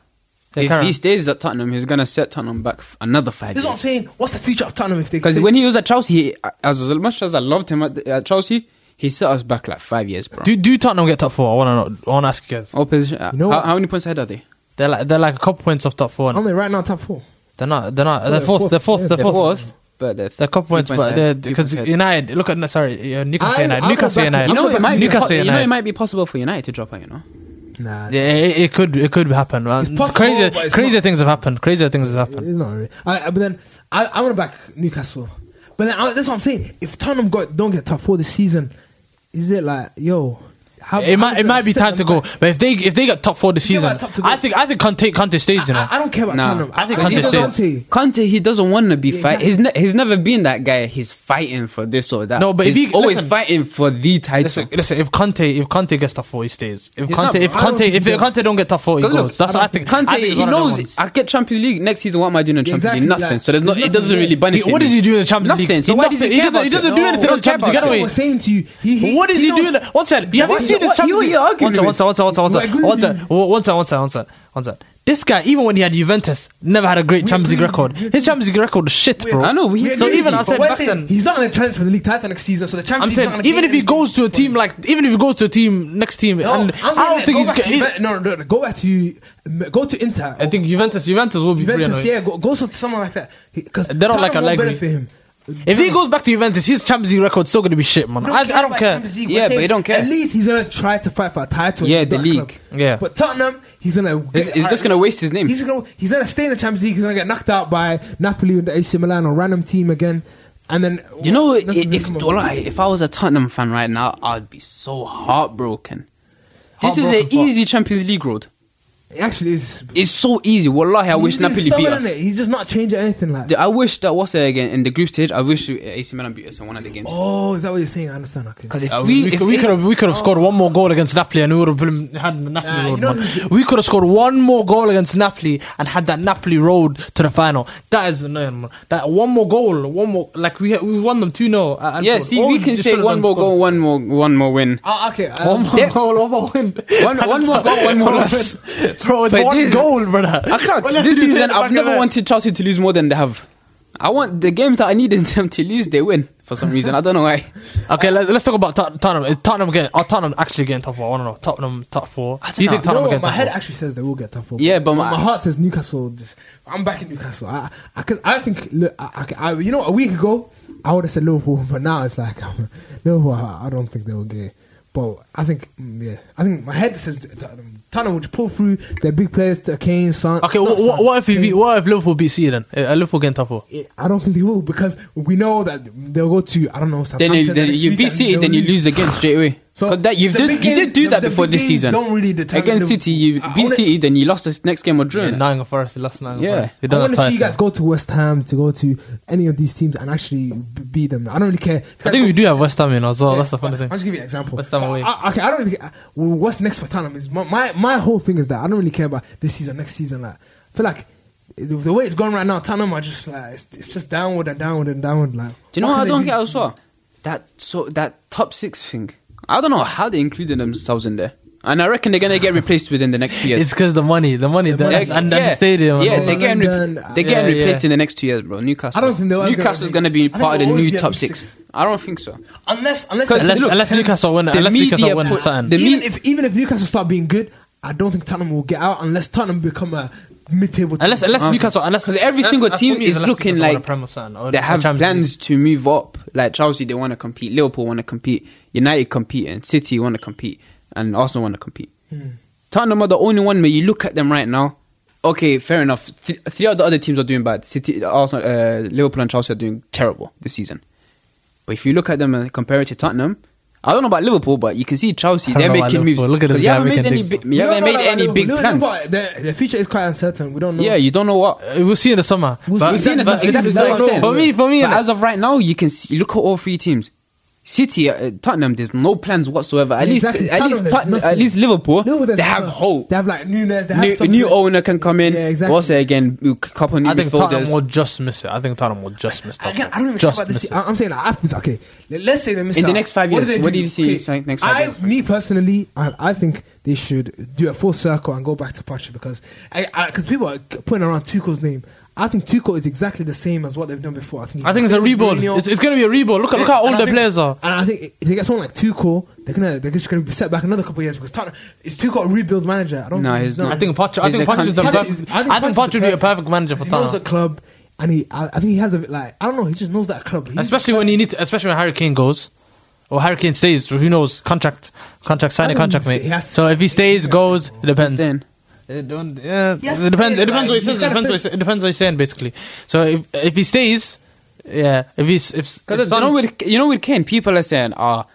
A: Yeah,
B: If
A: carry
B: he
A: on.
B: stays at Tottenham, he's gonna set Tottenham back f- another five
C: this is what I'm
B: years.
C: saying. What's the future of Tottenham if they?
B: Because
C: they-
B: when he was at Chelsea, he, as, as much as I loved him at, at Chelsea, he set us back like five years, bro.
A: at- Do do Tottenham get top four? I want to know. I want to ask you guys.
B: Opposition. uh,
C: You know
B: how,
C: what?
B: how many points ahead are they?
A: They're like they're like a couple points off top four.
C: aren't they right now top four?
A: They're not. They're not.
C: Oh,
A: They're
C: they're
A: fourth.
C: fourth.
A: They're fourth.
C: Yeah,
A: They're
C: they're
A: fourth.
C: fourth.
B: But they're
A: They're a couple points,
B: Three points
A: but they're
B: ahead, three
A: because
B: points ahead.
A: United. Look at no, sorry, uh, Newcastle
C: I-
A: United.
C: I'll go
A: Newcastle
C: back-
A: United.
B: You know,
C: I'll go
B: it might
C: back-
B: be
A: Newcastle
B: po- you know,
A: United.
B: it might be possible for United to drop out. You know,
C: Nah,
A: Yeah, it, it could it could happen. Right?
C: It's possible,
A: crazier
C: but it's
A: crazier
C: not-
A: things have happened. Crazier things have happened.
C: It's not really. I, I- but then I, I want to back Newcastle. But then I, that's what I'm saying. If Tottenham got don't get top four this season, is it like yo? How,
A: It
C: how
A: might
C: is
A: it might be
C: set
A: time to
C: them
A: go,
C: back?
A: but if they if they got top four this
C: Yeah,
A: season,
C: but top to go.
A: I think I think Conte Conte stays. You know,
C: I, I don't care about
B: Nah.
C: Tottenham.
A: I think
C: Conte
A: Conte
C: doesn't
A: stays.
C: want to.
B: Conte, he doesn't want to be
C: Yeah,
B: fight.
C: exactly.
B: He's ne- he's never been that guy. He's fighting for this or that.
A: No, but if
B: he's
A: he-
B: always
A: listen.
B: fighting for the title.
A: listen, listen, if Conte if Conte gets top four, he stays. If
B: He's
A: Conte
B: not-
A: if
C: I don't
A: Conte
C: think
A: if
C: he does.
A: Conte don't get top four, he
B: Because
A: goes.
B: look,
A: That's what I think.
B: Conte,
A: I think he's
B: he
A: one of them
B: knows
A: ones.
B: I get Champions League next season. What am I doing in Champions
C: Exactly,
B: League? Nothing.
C: like,
B: so there's no.
C: there's
B: It doesn't
C: nothing
B: really
C: there.
B: benefit.
A: What does
B: me.
A: he do in the Champions
B: Nothing.
A: League?
B: So why does he care
A: doesn't,
B: about
A: he
B: it?
A: doesn't do
B: No,
A: anything on
B: don't care
A: Champions.
B: about
A: Get
C: That's
B: it.
C: what
A: away.
C: I'm saying to you. He, he,
A: what is he,
C: knows-
A: doing? One second. You haven't
B: What-
A: seen this
B: what- you-
A: Champions
B: you're
A: League. One
B: arguing
A: second, one
B: with-
A: second, one second, one
C: I agree
A: second, one
C: with
A: second, [laughs] one second, one second, one second, one second. This guy, even when he had Juventus, never had a great Champions League
C: agree,
A: record.
C: we
A: His Champions League record is shit, bro.
B: I know, we
A: so
B: agree.
A: even I
B: But
A: said
C: we're
A: back
C: saying
A: then,
C: he's not going to challenge for the league title next season. So the Champions
A: I'm
C: League's not
A: saying
C: gonna
A: even
C: mean
A: if he
C: anything
A: goes to a
C: for
A: team
C: him.
A: like even if he goes to a team next team,
C: No,
A: and
C: I'm saying
A: I don't
C: that,
A: think
C: go
A: he's.
C: back
A: Ga-
C: to Juve- no, no, no, go back to you. Go to Inter.
A: I think Juventus, Juventus will be
C: Juventus,
A: pretty
C: yeah, go, go to someone like that because
A: They don't like Allegri.
C: benefit him.
A: If he goes back to Juventus, his Champions League record's still gonna be shit, man.
C: We
A: I, I don't
C: about
A: care.
C: Champions League.
B: Yeah,
C: We're
B: but
C: saying
B: you don't care.
C: At least he's gonna try to fight for a title.
B: Yeah,
C: in
B: the
C: that
B: league.
C: club.
A: Yeah.
C: but Tottenham, he's gonna.
B: He's- he's just gonna waste his name.
C: He's gonna. He's gonna stay in the Champions League. He's gonna get knocked out by Napoli and AC Milan or random team again, and then
B: You know, i-
C: nothing's
B: if
C: gonna come of it.
B: Dola, if I was a Tottenham fan right now, I'd be so heartbroken. This is an
C: Heartbroken for-
B: easy Champions League road.
C: it actually is.
B: It's so easy. Wallahi, I wish
C: He's been
B: Napoli beat
C: stubborn,
B: us.
C: innit? He's just not changing anything. Like,
B: The- I wish that was it again in the group stage. I wish uh, AC Milan beat us in one of the games.
C: oh, is that what you're saying? I understand. Okay.
B: Because if
A: Uh,
B: we,
A: we,
B: if
A: could- we
B: it-
A: could have we could have scored one more goal against Napoli and we would have been, had the Napoli
C: Nah, you
A: road.
C: know
A: man.
C: who's-
A: We could have scored one more goal against Napoli and had that Napoli road to the final. That is annoying. Man. That one more goal, one more like we we won them two 0
B: yeah, see, we can say one more goal, one more, one more win.
C: Oh, okay. um,
A: One more
B: Yeah.
A: goal, [laughs] one more win.
B: One- one more goal, one more loss.
A: [laughs] Bro, it's
B: But
A: one
B: this-
A: goal, brother.
B: I can't.
A: All you have
B: This
A: to do is hit
B: season,
A: the
B: I've
A: back of
B: never
A: the-
B: wanted Chelsea to lose more than they have. I want the games that I needed [laughs] them to lose, they win for some reason. I don't know why.
A: Okay, let, let's talk about Tot- Tottenham. Is Tottenham getting? Are Tottenham actually getting top four? I don't know. Tottenham top four.
B: I don't
A: Do you think
B: know.
A: Tottenham are
C: No,
A: getting
C: my
A: top
C: head
A: four?
C: actually says they will get top four.
B: Yeah, but my-
C: my, heart says Newcastle. Just I'm back in Newcastle. I, I, cause I think, look, I, I, I- you know, a week ago I would have said Liverpool, [laughs] but now it's like um, Liverpool. I, I don't think they will get. But I think, mm, yeah, I think my head says Tottenham, Tottenham will pull through their big players, to Kane, Son.
A: [laughs] Okay,
C: not
A: what,
C: Son,
A: what if he
C: Kane.
A: beat, what if Liverpool beat City then? Uh, Liverpool getting top four.
C: Yeah, I don't think they will because we know that they'll go to I don't know.
B: Then, you,
C: Southampton
B: then
C: next
B: you
C: week
B: beat
C: and
B: City,
C: they'll
B: then you lose the game straight away.
C: [sighs] So,
B: So that you
C: the
B: did,
C: big
B: you did
C: games-
B: do
C: the-
B: that
C: the
B: before
C: big
B: this
C: games
B: season.
C: don't really determine
B: against
C: Liverpool.
B: City, you
C: I- I
B: beat
C: wanna-
B: City, then you lost this next game or drew.
A: Yeah, Nottingham Forest, they lost Nottingham
B: Yeah.
A: Forest. They
C: I
A: don't
C: want
A: have
C: to see you
A: Tyson.
C: guys go to West Ham to go to any of these teams and actually b- beat them. I don't really care.
A: I think we do have West Ham in as well. That's the funny
C: I'll
A: thing.
C: just give you an example.
A: West Ham
C: I-
B: Uh,
A: away.
C: I, okay, I don't. Really, I, well, what's next for Tottenham is my, my my whole thing is that I don't really care about this season, next season. Like, I feel like the, the way it's going right now, Tottenham are just like it's, it's just downward and downward and downward. Like,
B: Do you know
C: what
B: what I
C: can they
B: don't get
C: this
B: as well? That so that top six thing. I don't know how they included themselves in there, and I reckon they're gonna get replaced within the next two years.
A: It's because the money, the money, the,
B: They're-
A: and, and the stadium.
B: Yeah,
A: and all
B: they're
A: that.
B: getting,
C: London,
B: repl- they're getting
A: yeah,
B: replaced
A: yeah.
B: in the next two years, bro. Newcastle.
C: I don't think they'll ever get
B: Newcastle's
C: replaced.
B: gonna be
C: I think
B: part of
C: they'll
B: the new
C: always be
B: top
C: at
B: six.
C: least
B: I don't think so.
C: Unless unless
B: Because
A: Unless,
B: look,
A: unless Newcastle win,
B: the
A: unless Newcastle
B: media
A: win
B: put-
A: something.
B: the
C: even
B: me-
C: if even if Newcastle start being good, I don't think Tottenham will get out unless Tottenham become a mid-table. team.
A: unless unless
B: Okay.
A: Newcastle, unless
B: 'Cause every
A: unless-
B: single
A: unless
B: team
A: Fulham
B: is
A: unless
B: looking
A: Newcastle win
B: like
A: a Prem or something, or
B: They
A: a
B: have
A: Champions
B: plans
A: League.
B: to move up. Like Chelsea, they want to compete. Liverpool want to compete. United compete, and City want to compete, and Arsenal want to compete.
A: Hmm.
B: Tottenham are the only one where you look at them right now. Okay, fair enough. Th- three of the other teams are doing bad. City, Arsenal, uh, Liverpool, and Chelsea are doing terrible this season. But if you look at them and compare it to Tottenham, I don't know about Liverpool, but you can see Chelsea.
A: I don't
B: They're
A: know about
B: making moves.
A: Liverpool. Look at this
B: Because you
A: guy
B: haven't made
A: making
B: any,
A: digs.
B: big, you haven't made any big plans.
C: Their, their future is quite uncertain. We don't know.
B: Yeah, you don't know what.
A: Uh, We'll see in the summer.
C: We'll
A: But-
B: We've seen it,
A: but-
B: that's- that's what I'm saying.
A: For me, for me,
B: But
A: innit?
B: as of right now, you can see, look at all three teams. City, uh, Tottenham, there's no plans whatsoever. At least,
C: Exactly.
B: at
C: Tottenham,
B: least,
C: there's
B: Tottenham,
C: nothing.
B: at least Liverpool,
C: Liverpool, there's
B: they have
C: nothing.
B: hope.
C: They have like Nunes. They have
B: New,
C: something.
B: new owner can come in.
C: Yeah, exactly.
B: What's it again? A couple new
A: I think Tottenham
B: midfielders.
A: will just miss it. I think Tottenham will just miss it.
C: Again, I don't even
A: just
C: care about
A: miss
C: this.
A: it.
C: I- I'm saying like after okay, le- let's say they miss
B: In the
C: out.
B: next five
C: What
B: years,
C: they
B: what do you see
C: Okay,
B: in the next five
C: I,
B: years?
C: Me personally, I, I think they should do a full circle and go back to Poch because because people are putting around Tuchel's name. I think Tuchel is exactly the same as what they've done before. I think.
A: I think it's a rebuild. It's, it's going to be a rebuild. Look at look how
C: And
A: old
C: I
A: the
C: think-
A: players are.
C: And I think if they get someone like Tuchel, they're gonna they're just gonna be set back another couple of years because Tottenham is Tuchel a rebuild manager. I don't.
B: No,
C: think
B: he's not.
A: I think Poch. I
B: He's
A: think
B: a
A: Poch is the
B: con-
C: Poch
A: perfect.
C: is-
A: I think
C: Poch
A: Poch
C: is
A: would
C: the
A: be a perfect manager for
C: He knows the
A: Tottenham,
C: club, and he I, I think he has a like I don't know. He just knows that club. He's
A: especially when you need, to, especially when Harry Kane goes. Or Harry Kane stays, who knows? Contract, contract, sign a
C: Harry
A: contract,
C: Kane
A: mate.
C: has to-
A: so if he stays, goes, it depends.
B: Then
A: It don't. Yeah,
C: Yes,
A: it depends.
C: it
A: It depends what
C: right.
A: he
C: He's
A: says. It
C: gotta
A: depends what he
C: fit-
A: sa- it depends what he's saying, basically. So if if he stays, yeah. If he's if, if
B: Because you
A: Son-
B: know with you know with Kane, people are saying ah,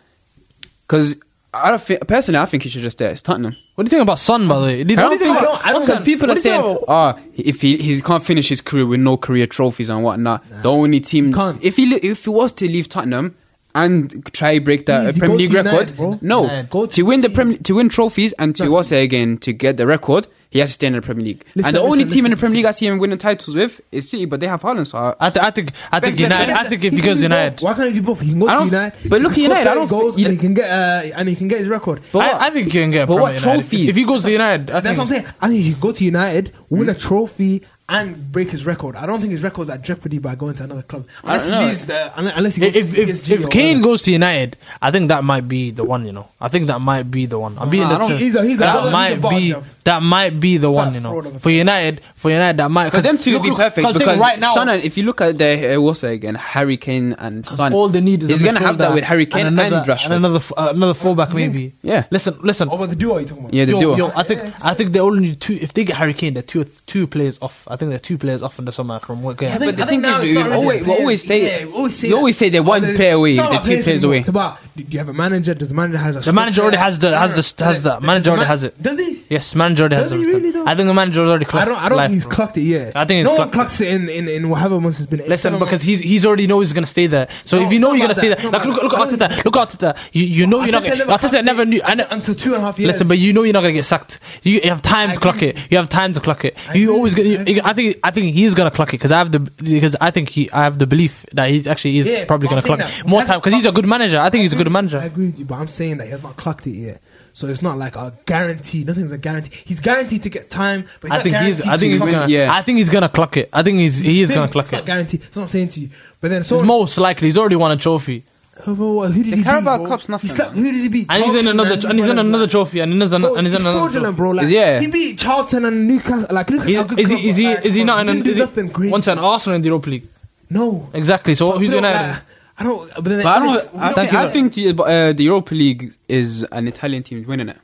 B: because I don't think, personally I think he should just stay at Tottenham.
A: what do you think about Son, by the way? Do you-
B: I
A: what do you
B: don't
A: think
B: think-
A: about-
C: I don't
B: because
C: think-
B: people
A: what
B: are
A: do you think
B: saying, ah, if he he can't finish his career with no career trophies and whatnot, the only team.
C: Can't.
B: If he li- if he was to leave Tottenham and try break that uh,
C: Easy,
B: Premier
C: go
B: League
C: to United,
B: record,
C: bro.
B: no,
A: United.
C: Go
B: to,
C: to
B: win the
C: see.
B: Premier to win trophies and to what's it again to get the record, he has to stay in the Premier League.
C: Listen,
B: and the only
C: listen,
B: team in the
C: listen,
B: Premier League I see him winning titles with is City, but they have Haaland, so. I,
A: I, th- I think I think
B: Best- best-
A: United.
B: best-
A: I think if
C: [laughs] He
A: he
C: can
A: goes
C: do
A: United,
C: both. Why can't he do both? He can go
B: I
C: to
B: don't-
C: United.
B: but look
C: he can
B: at
C: score
B: United, I
C: 30
B: don't
C: goals
B: think-
C: and he can get uh, and he can get his record.
B: But what-
A: I, I think he can get. a
B: but
A: Premier
B: what
A: United. If-
B: trophies?
A: If he goes to United, I think
C: That's
A: Hmm?
C: what I'm saying. I think he can go to United, win a trophy, and break his record. I don't think his record's at jeopardy by going to another club.
B: I don't
C: Unless he
B: know.
C: leaves the, unless, unless he goes
A: if
C: to
A: if,
C: PSG or
A: if Kane
C: whatever.
A: goes to United, I think that might be the one. You know, I think that might be the one. I'm being
B: Nah, I
A: the
B: don't-
A: truth.
C: he's a- he's a
A: that
C: bottom- he's a
A: might
C: bottom
A: be
C: job.
A: that might be the one.
C: Fat
A: You
C: fraud of
A: know,
C: a
A: for United, for United, that might
B: for them to
A: look,
B: be
A: look,
B: perfect,
A: I'm saying
B: because
A: right now,
B: Son, and if you look at the uh, what's it again, Harry Kane and Son,
A: all they need is
B: he's
A: a
B: gonna have that
A: midfielder
B: with Harry Kane and,
A: another,
B: Rashford.
A: another f- uh, another fullback maybe.
B: Yeah.
A: Listen, listen.
C: Oh, but the duo are you talking about?
B: yeah, the
A: yo,
B: duo.
A: yo, I think I think they only need two. If they get Harry Kane, they're two two players off. I think they're two players off in the summer from what game.
C: I
B: But
C: think,
B: the
C: I think
B: thing
C: now
B: is,
C: it's
B: you
C: not really
B: always- we
C: players.
B: always say-
C: yeah, we always say
B: you always say they're one
C: Oh,
B: player away,
C: it's not
B: they're
C: about
B: two players
C: anymore.
B: away.
C: It's about do do you have a manager? Does the manager has a
A: The manager
C: structure?
A: already has the-
C: No,
A: has the-
C: no, no.
A: has the- manager
C: Does
A: already
C: man-
A: has it.
C: Does he?
A: Yes, manager already has
C: Does he
A: everything.
C: really, though?
A: I think the manager already.
C: I
A: clocked
C: don't. I don't
A: life,
C: think he's
A: bro.
C: clocked it yet.
A: I think he's
C: no one
A: clocked
C: clocks it in in, in however months it's been. It's
A: Listen,
C: seven
A: because
C: months.
A: he's he's already know he's gonna stay there. So
C: No,
A: if you know
C: it's
A: you're
C: not
A: gonna stay
C: about
A: there, like
C: that. It's
A: look
C: not
A: look at
C: about
A: Arteta, look at Arteta. You you know you're not.
C: Arteta
A: gonna-
C: never
A: Arteta
C: clocked
A: never
C: it
A: knew. I know-
C: until two and a half years.
A: Listen, but you know you're not gonna get sacked. You, you have time
C: I
A: to clock
C: agree.
A: it. You have time to clock it.
C: I
A: you
C: agree.
A: always get.
C: I
A: You,
C: agree.
A: I think I think he's gonna clock it because I have the because I think he I have the belief that he's actually is
C: Yeah,
A: probably gonna
C: but I'm
A: clock
C: saying
A: it
C: that-
A: more
C: that's- Mm-hmm.
A: time because he's a good manager. I think he's a good
C: I
A: manager.
C: agree with you, but I'm saying that he has not clocked it yet. So it's not like a guarantee. Nothing's a guarantee. He's guaranteed to get time, but he's
A: I
C: not
A: think he's.
C: guaranteed
A: I think
C: to
A: he's
C: clock
A: gonna.
C: it.
B: Yeah.
A: I think he's gonna clock it. I think he's he is gonna
C: It's
A: clock
C: not
A: it.
C: guaranteed. That's what I'm saying to you. But then, so
A: He's most likely he's already won a trophy.
C: Oh, well, well, who did
B: The
C: he
B: Carabao
C: beat, bro?
B: Cup's nothing,
C: He slapped-
B: man.
C: who did he beat?
A: And he's in
C: Charlton,
A: another.
C: man.
A: And he's in another trophy. And he's in
C: Bro,
A: another. And he's
C: it's
A: in another. trophy.
C: fraudulent, bro. Like,
B: Yeah.
C: He beat Charlton and Newcastle. Like, Newcastle
A: He-
C: are good
A: Is
C: club,
A: he is he
C: like,
A: is he
C: bro,
A: not in
C: didn't
A: an,
C: do
A: is
C: nothing
A: he,
C: great?
A: once an Arsenal in the Europa League?
C: No.
A: Exactly. So who's
C: No,
A: United?
C: like, I don't. But, then
B: But I don't.
C: Everton-
B: I, think, I think the, uh, the Europa League is an Italian team winning it.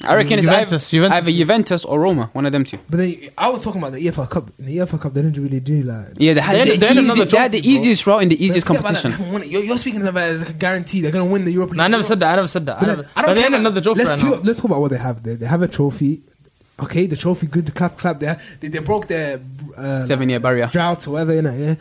B: I reckon
A: Juventus,
B: it's either,
A: Juventus.
B: either Mm, Juventus or Roma, one of them two.
C: But then I was talking about the EFL Cup. In the EFL Cup, they didn't really do like.
B: Yeah, they had,
A: They had-
B: the,
A: they had
B: easy-
A: another
B: they had the
A: trophy, bro.
B: easiest route in the easiest
C: Forget about that, they
B: competition.
C: haven't won it. You're, you're speaking about it as like a guarantee they're going to win the Europa League.
A: No, I never said that. I never said that. I
C: But then-
A: never. But they
C: care
A: ain't
C: about-
A: another trophy
C: let's
A: right
C: talk-
A: now.
C: Let's talk about what they have. They, they have a trophy. Okay, the trophy, good clap, clap. They ha- they, they broke their uh,
B: Seven-year barrier.
C: drought or whatever. You know, yeah.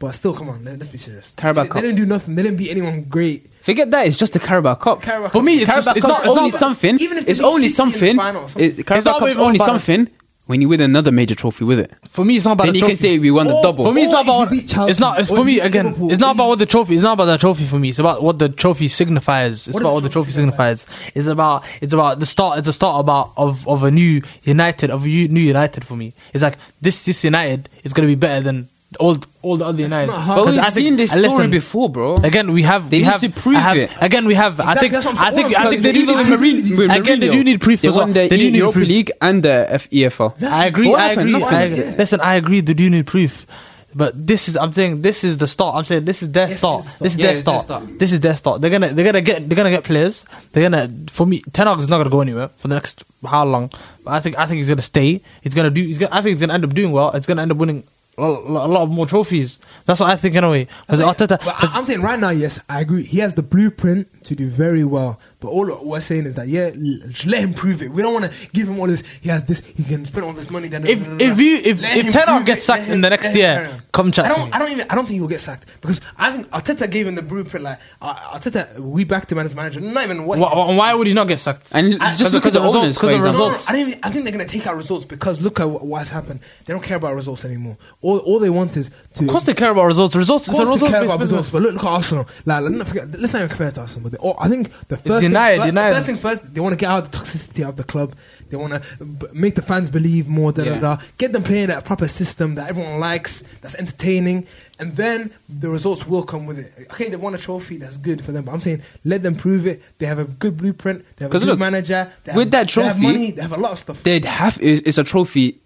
C: But still, come on, let, let's be serious.
B: Carabao
C: they,
B: Cup.
C: they didn't do nothing. They didn't beat anyone great.
B: Forget that. It's just the Carabao Cup.
C: Carabao
A: For me, it's
C: Cup.
A: just-
B: Carabao
A: it's
B: Cup's
A: not- it's
B: only
A: not-
B: something.
C: even if they
B: It's
C: beat
B: only
C: City in the
B: something.
C: final or something.
B: it- Carabao
A: not
B: Cup's
A: even
B: only
A: about-
B: something when you win another major trophy with it.
A: For me, it's not about
B: Then
A: the
B: you can
A: trophy.
B: say we won the
C: Or-
B: double.
A: for me, it's
C: Or
A: not
C: if you
A: about.
C: beat Chelsea,
A: It's not. It's
C: or
A: for
C: if
A: me
C: you beat
A: again.
C: Liverpool,
A: It's
C: or
A: not
C: you-
A: about what the trophy. It's not about the trophy for me. It's about what the trophy signifies. It's
C: What does
A: about
C: the
A: what the
C: trophy
A: trophy signifies. It's about. It's about the start. It's the start about of of a new United of a u- new United for me. It's like this. This United is gonna be better than all all the other United.
C: not hard.
B: But
A: 'Cause
B: we've
A: I think-
B: seen this
A: uh, listen,
B: story before, bro.
A: Again, we have
B: They
A: we
B: need
A: have,
B: to prove
A: I have-
B: it.
A: Again, we have.
C: Exactly,
A: I
C: that's
A: think.
C: what I'm
A: I think.
C: saying.
A: I think they do
B: Even
A: need
B: with Mourinho- with
A: Again, they do
B: Mourinho,
A: need proof
B: They
A: as well.
B: won the
A: They do need
B: Europa
A: proof.
B: League and the F- EFL.
A: I agree.
B: What
A: I
B: happened?
A: agree.
B: Nothing.
A: I agree. Listen, I agree. They do need proof, but this is. I'm saying this is the start. I'm saying this is their
C: Yes,
A: start. This is
B: Yeah,
A: their
B: it's their
A: start.
B: start.
A: This is their start. They're gonna. They're gonna get. They're gonna get players. They're gonna. For me, Ten Hag is not gonna go anywhere for the next how long? But I think. I think he's gonna stay. He's gonna do. He's gonna. I think he's gonna end up doing well. It's gonna end up winning a, lo- a lot of more trophies. That's what I think anyway. Because
C: That's it.
A: Arteta,
C: But
A: 'cause-
C: I- I'm saying right now, yes, I agree. He has the blueprint to do very well. But all that we're saying is that yeah, l- just let him prove it. We don't want to give him all this. He has this. He can spend all this money. Then
A: If- if you- if-
C: Let
A: if
C: him
A: Ten Hag
C: prove
A: gets
C: it,
A: sacked
C: let
A: in the next
C: let him
A: year,
C: carry on.
A: come chat
C: I
A: to
C: don't.
A: me.
C: I don't even. I don't think he'll get sacked because I think Arteta gave him the blueprint. Like uh, Arteta, we backed him as manager. Not even what. he
A: why, why- why would he not get sacked?
B: And
C: I-
B: just look
A: because
B: at the
A: of results,
B: owners, for
A: because of
B: example.
A: results.
C: I, don't even, I think they're going to take out results because look at what, what has happened. They don't care about results anymore. All, all they want is to.
A: Of course they care about results. Results
C: Of
A: is a
C: course they
A: results
C: care
A: based
C: about
A: business.
C: results, but look, look at Arsenal. Like, let's not forget, let's not even compare it to Arsenal. But they, all, I think the first,
A: Deny it,
C: thing, fir-
A: deny it.
C: first thing first, they want to get out the toxicity of the club. They want to make the fans believe more. Da,
B: Yeah.
C: da, da. Get them playing that proper system that everyone likes, that's entertaining, and then the results will come with it. Okay, they won a trophy, that's good for them. But I'm saying let them prove it. They have a good blueprint. They have a
B: 'Cause
C: good
B: look,
C: manager. They have-
B: with that
C: they have
B: trophy-
C: money. They have a lot of stuff.
B: They'd have it's, it's a trophy